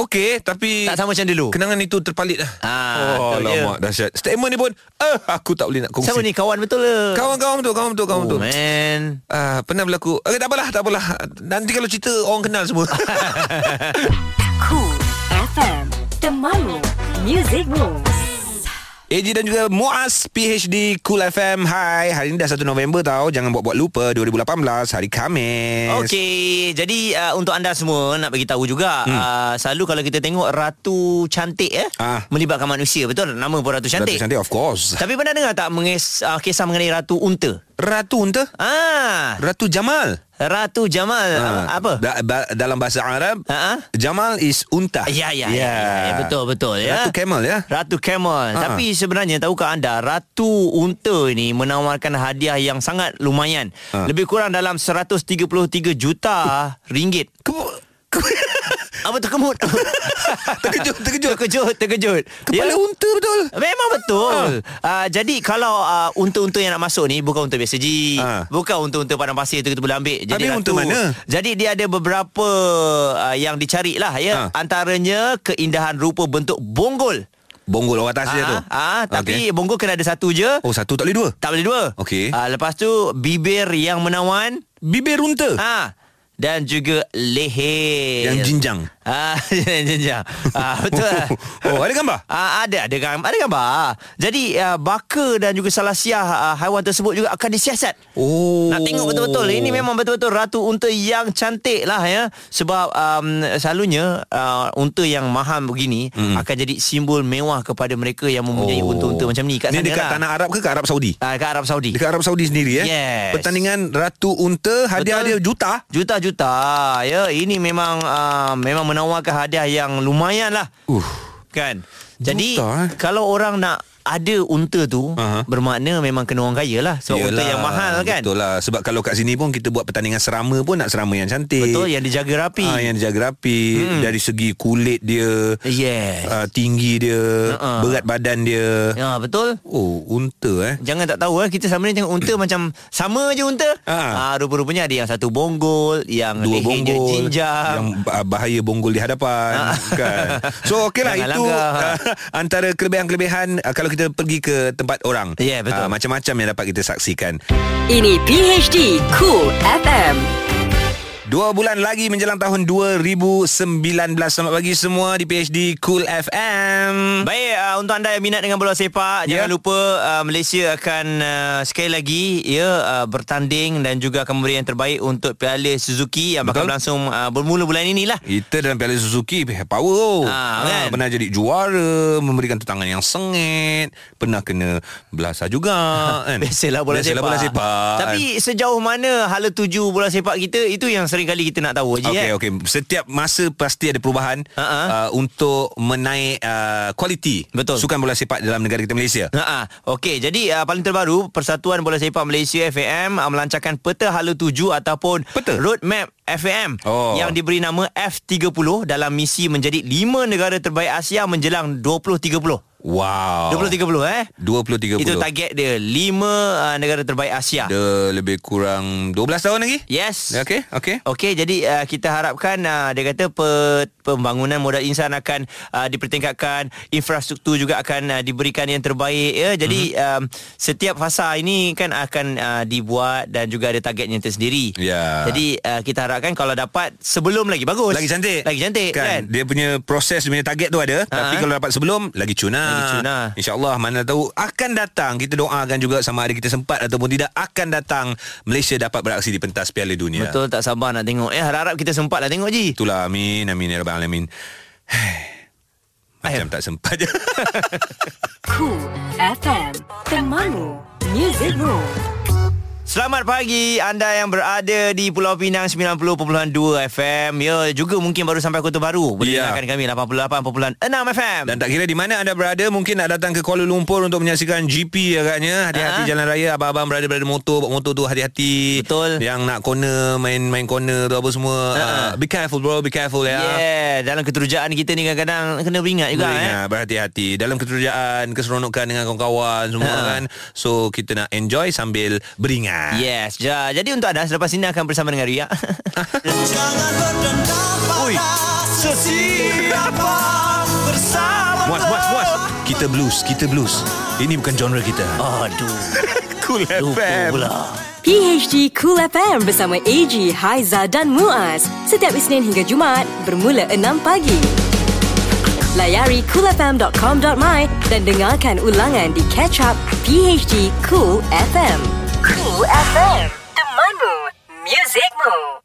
[SPEAKER 3] Okay, tapi
[SPEAKER 2] Tak sama macam dulu
[SPEAKER 3] Kenangan itu terpalit lah
[SPEAKER 2] Ha, betul
[SPEAKER 3] Oh,
[SPEAKER 2] je.
[SPEAKER 3] lama dahsyat Statement ni pun eh, Aku tak boleh nak kongsi
[SPEAKER 2] Sama ni kawan betul ke
[SPEAKER 3] Kawan-kawan betul, kawan betul, kawan
[SPEAKER 2] Oh
[SPEAKER 3] betul
[SPEAKER 2] man
[SPEAKER 3] Ah, pernah berlaku. Eh, tak apalah, tak apalah. Nanti kalau cerita orang kenal semua.
[SPEAKER 1] Cool FM Temanmu Music Moves
[SPEAKER 3] AJ dan juga Muaz PhD Cool FM. Hai, hari ni dah 1 November tau. Jangan buat-buat lupa 2018 hari Khamis.
[SPEAKER 2] Okey, jadi uh, untuk anda semua nak bagi tahu juga hmm. uh, selalu kalau kita tengok ratu cantik eh
[SPEAKER 3] Ah.
[SPEAKER 2] melibatkan manusia betul nama pun ratu cantik.
[SPEAKER 3] Cantik. Ratu cantik of course.
[SPEAKER 2] Tapi pernah dengar tak mengis, uh, kisah mengenai ratu unta?
[SPEAKER 3] Ratu entah.
[SPEAKER 2] Ah,
[SPEAKER 3] Ratu Jamal.
[SPEAKER 2] Ratu Jamal uh,
[SPEAKER 3] Ah,
[SPEAKER 2] apa?
[SPEAKER 3] Da, ba, dalam bahasa Arab,
[SPEAKER 2] Ha, ah.
[SPEAKER 3] Jamal is unta.
[SPEAKER 2] Ya ya, ya, ya, ya betul betul ya.
[SPEAKER 3] Ratu Camel ya.
[SPEAKER 2] Ratu Camel.
[SPEAKER 3] Ha.
[SPEAKER 2] Tapi sebenarnya tahukah anda Ratu Unta ni menawarkan hadiah yang sangat lumayan.
[SPEAKER 3] Ha.
[SPEAKER 2] Lebih kurang dalam 133 juta ringgit.
[SPEAKER 3] Kau-
[SPEAKER 2] Apa terkemut?
[SPEAKER 3] Terkejut, terkejut.
[SPEAKER 2] Terkejut, terkejut. Ya.
[SPEAKER 3] Kepala unta Ah. betul.
[SPEAKER 2] Memang betul. Uh, jadi kalau uh, unta-unta yang nak masuk ni bukan unta biasa ji.
[SPEAKER 3] Ah.
[SPEAKER 2] Bukan unta-unta padang pasir tu kita boleh ambil. Jadi
[SPEAKER 3] Habis unta mana?
[SPEAKER 2] Jadi dia ada beberapa uh, yang dicari lah ya.
[SPEAKER 3] Ah.
[SPEAKER 2] Antaranya keindahan rupa bentuk bonggol.
[SPEAKER 3] Bonggol orang atas dia lah tu.
[SPEAKER 2] Ah, ah, tapi
[SPEAKER 3] Okey.
[SPEAKER 2] bonggol kena ada satu je.
[SPEAKER 3] Oh, satu tak boleh dua.
[SPEAKER 2] Tak boleh dua.
[SPEAKER 3] Okey.
[SPEAKER 2] Ah, lepas tu bibir yang menawan.
[SPEAKER 3] Bibir unta.
[SPEAKER 2] Ah dan juga leher
[SPEAKER 3] Yang jinjang.
[SPEAKER 2] Ah yang jinjang. Ah betul. lah.
[SPEAKER 3] Oh, ada gambar?
[SPEAKER 2] Ah ada ada gambar. Ada gambar. Jadi ah, baka dan juga salasiah ah, haiwan tersebut juga akan disiasat.
[SPEAKER 3] Oh.
[SPEAKER 2] Nak tengok betul-betul Ini memang betul-betul Ratu unta yang cantik lah ya Sebab um, Selalunya uh, Unta yang mahal begini mm. Akan jadi simbol mewah Kepada mereka yang mempunyai
[SPEAKER 3] Hmm. Oh.
[SPEAKER 2] unta-unta macam ni Kat
[SPEAKER 3] Ni
[SPEAKER 2] sana
[SPEAKER 3] dekat
[SPEAKER 2] lah.
[SPEAKER 3] tanah Arab ke kat Arab Saudi?
[SPEAKER 2] Ah, Dekat Arab Saudi
[SPEAKER 3] Dekat Arab Saudi sendiri eh.
[SPEAKER 2] Yes.
[SPEAKER 3] Pertandingan Ratu Unta hadiah dia
[SPEAKER 2] Betul.
[SPEAKER 3] juta.
[SPEAKER 2] Juta-juta ya ini memang uh, memang menawarkan hadiah yang lumayan lah.
[SPEAKER 3] Uh.
[SPEAKER 2] Kan? Jadi
[SPEAKER 3] Juta, eh.
[SPEAKER 2] kalau orang nak ada unta tu
[SPEAKER 3] Aha.
[SPEAKER 2] uh-huh. bermakna memang kena orang kaya lah sebab unta yang mahal kan.
[SPEAKER 3] Betul lah Sebab kalau kat sini pun Kita buat pertandingan serama pun Nak serama yang cantik
[SPEAKER 2] Betul yang dijaga rapi.
[SPEAKER 3] ha, Yang dijaga rapi hmm. Dari segi kulit dia
[SPEAKER 2] Yes.
[SPEAKER 3] uh, Tinggi dia
[SPEAKER 2] Ha-ha.
[SPEAKER 3] Berat badan dia
[SPEAKER 2] Ya betul.
[SPEAKER 3] Oh unta eh
[SPEAKER 2] Jangan tak tahu eh kita selama ni tengok unta macam sama je unta.
[SPEAKER 3] Ah.
[SPEAKER 2] Ah rupa-rupanya ada yang satu bonggol, yang
[SPEAKER 3] Dua
[SPEAKER 2] leher dia
[SPEAKER 3] bonggol
[SPEAKER 2] jinjang. Ah.
[SPEAKER 3] Yang ba- bahaya bonggol di hadapan kan. So okey lah
[SPEAKER 2] Jangan
[SPEAKER 3] Itu
[SPEAKER 2] langgar.
[SPEAKER 3] uh, Antara kelebihan-kelebihan uh, Kalau kita pergi ke tempat orang
[SPEAKER 2] Ya, betul.
[SPEAKER 3] Ah, Macam-macam yang dapat kita saksikan
[SPEAKER 1] Ini PHD Cool FM
[SPEAKER 3] Dua bulan lagi menjelang tahun 2019 Selamat pagi semua di PhD Cool FM
[SPEAKER 2] Baik uh, untuk anda yang minat dengan bola sepak yeah.
[SPEAKER 3] Ya.
[SPEAKER 2] jangan lupa uh, Malaysia akan uh, sekali lagi ya uh, bertanding dan juga akan memberi yang terbaik untuk Piala Suzuki yang bakal
[SPEAKER 3] Betul.
[SPEAKER 2] berlangsung uh, bermula bulan inilah.
[SPEAKER 3] Kita dalam Piala Suzuki Power oh.
[SPEAKER 2] Ah, kan?
[SPEAKER 3] Pernah jadi juara Memberikan tentangan yang sengit Pernah kena belasah juga kan?
[SPEAKER 2] Biasalah bola
[SPEAKER 3] Biasalah
[SPEAKER 2] sepak.
[SPEAKER 3] bola sepak
[SPEAKER 2] Tapi sejauh mana hala tuju bola sepak kita itu yang sering kali kita nak tahu je
[SPEAKER 3] Okey
[SPEAKER 2] eh.
[SPEAKER 3] okey setiap masa pasti ada perubahan
[SPEAKER 2] Ha-ha.
[SPEAKER 3] uh, untuk menaik uh, kualiti
[SPEAKER 2] Betul.
[SPEAKER 3] sukan bola sepak dalam negara kita Malaysia.
[SPEAKER 2] Ha Okey, jadi uh, paling terbaru Persatuan Bola Sepak Malaysia FAM uh, melancarkan peta hala tuju ataupun
[SPEAKER 3] Peta?
[SPEAKER 2] roadmap FAM
[SPEAKER 3] Oh.
[SPEAKER 2] yang diberi nama F30 dalam misi menjadi 5 negara terbaik Asia menjelang 2030.
[SPEAKER 3] Wow.
[SPEAKER 2] 2030 eh.
[SPEAKER 3] 20 30.
[SPEAKER 2] Itu target dia 5 uh, negara terbaik Asia.
[SPEAKER 3] Dia lebih kurang 12 tahun lagi?
[SPEAKER 2] Yes.
[SPEAKER 3] Okey, okey.
[SPEAKER 2] Okey, jadi uh, kita harapkan uh, dia kata pe- pembangunan modal insan akan uh, dipertingkatkan, infrastruktur juga akan uh, diberikan yang terbaik ya.
[SPEAKER 3] Mhm.
[SPEAKER 2] Jadi mm-hmm. um, setiap fasa ini kan akan uh, dibuat dan juga ada targetnya tersendiri.
[SPEAKER 3] Ya.
[SPEAKER 2] Jadi uh, kita harapkan kalau dapat sebelum lagi bagus.
[SPEAKER 3] Lagi cantik.
[SPEAKER 2] Lagi cantik kan. kan?
[SPEAKER 3] Dia punya proses dia punya target tu ada,
[SPEAKER 2] Ha-ha.
[SPEAKER 3] tapi kalau dapat sebelum lagi cuna.
[SPEAKER 2] Lagi cuna.
[SPEAKER 3] Insya-Allah mana tahu akan datang. Kita doakan juga sama ada kita sempat ataupun tidak akan datang Malaysia dapat beraksi di pentas Piala Dunia.
[SPEAKER 2] Betul tak sabar nak tengok. Eh harap-harap kita sempat lah tengok Ji.
[SPEAKER 3] Itulah amin amin ya rabbal Abang Alamin Macam tak sempat je
[SPEAKER 1] Cool FM Temanmu Music Room
[SPEAKER 2] Selamat pagi anda yang berada di Pulau Pinang 90.2 FM. Ya, juga mungkin baru sampai Kota Baru. Boleh
[SPEAKER 3] Ya.
[SPEAKER 2] dengarkan kami 88.6 FM.
[SPEAKER 3] Dan tak kira di mana anda berada Mungkin nak datang ke Kuala Lumpur Untuk menyaksikan GP agaknya kan, ya? Hati-hati
[SPEAKER 2] Ah.
[SPEAKER 3] jalan raya Abang-abang berada-berada motor Bawa motor tu hati-hati
[SPEAKER 2] Betul.
[SPEAKER 3] Yang nak corner Main-main corner tu apa semua uh, Be careful bro Be careful ya
[SPEAKER 2] Yeah, dalam keterujaan kita ni kadang-kadang kena beringat juga
[SPEAKER 3] Boleh
[SPEAKER 2] eh.
[SPEAKER 3] ingat, berhati-hati Dalam keterjaan Keseronokan dengan kawan-kawan Semua
[SPEAKER 2] Ha.
[SPEAKER 3] kan So kita nak enjoy Sambil beringat
[SPEAKER 2] Yes, ja. jadi untuk anda selepas ini akan bersama dengan Ria.
[SPEAKER 3] Ui. Muat, muat, muat Kita blues Kita blues Ini bukan genre kita
[SPEAKER 2] Aduh,
[SPEAKER 3] Cool FM
[SPEAKER 1] PHD Cool FM bersama AG, Haiza dan Muaz. Setiap Isnin hingga Jumaat bermula 6 pagi. Layari coolfm.com.my dan dengarkan ulangan di catch up PHD Cool FM. Cool FM. Temanmu. Musicmu.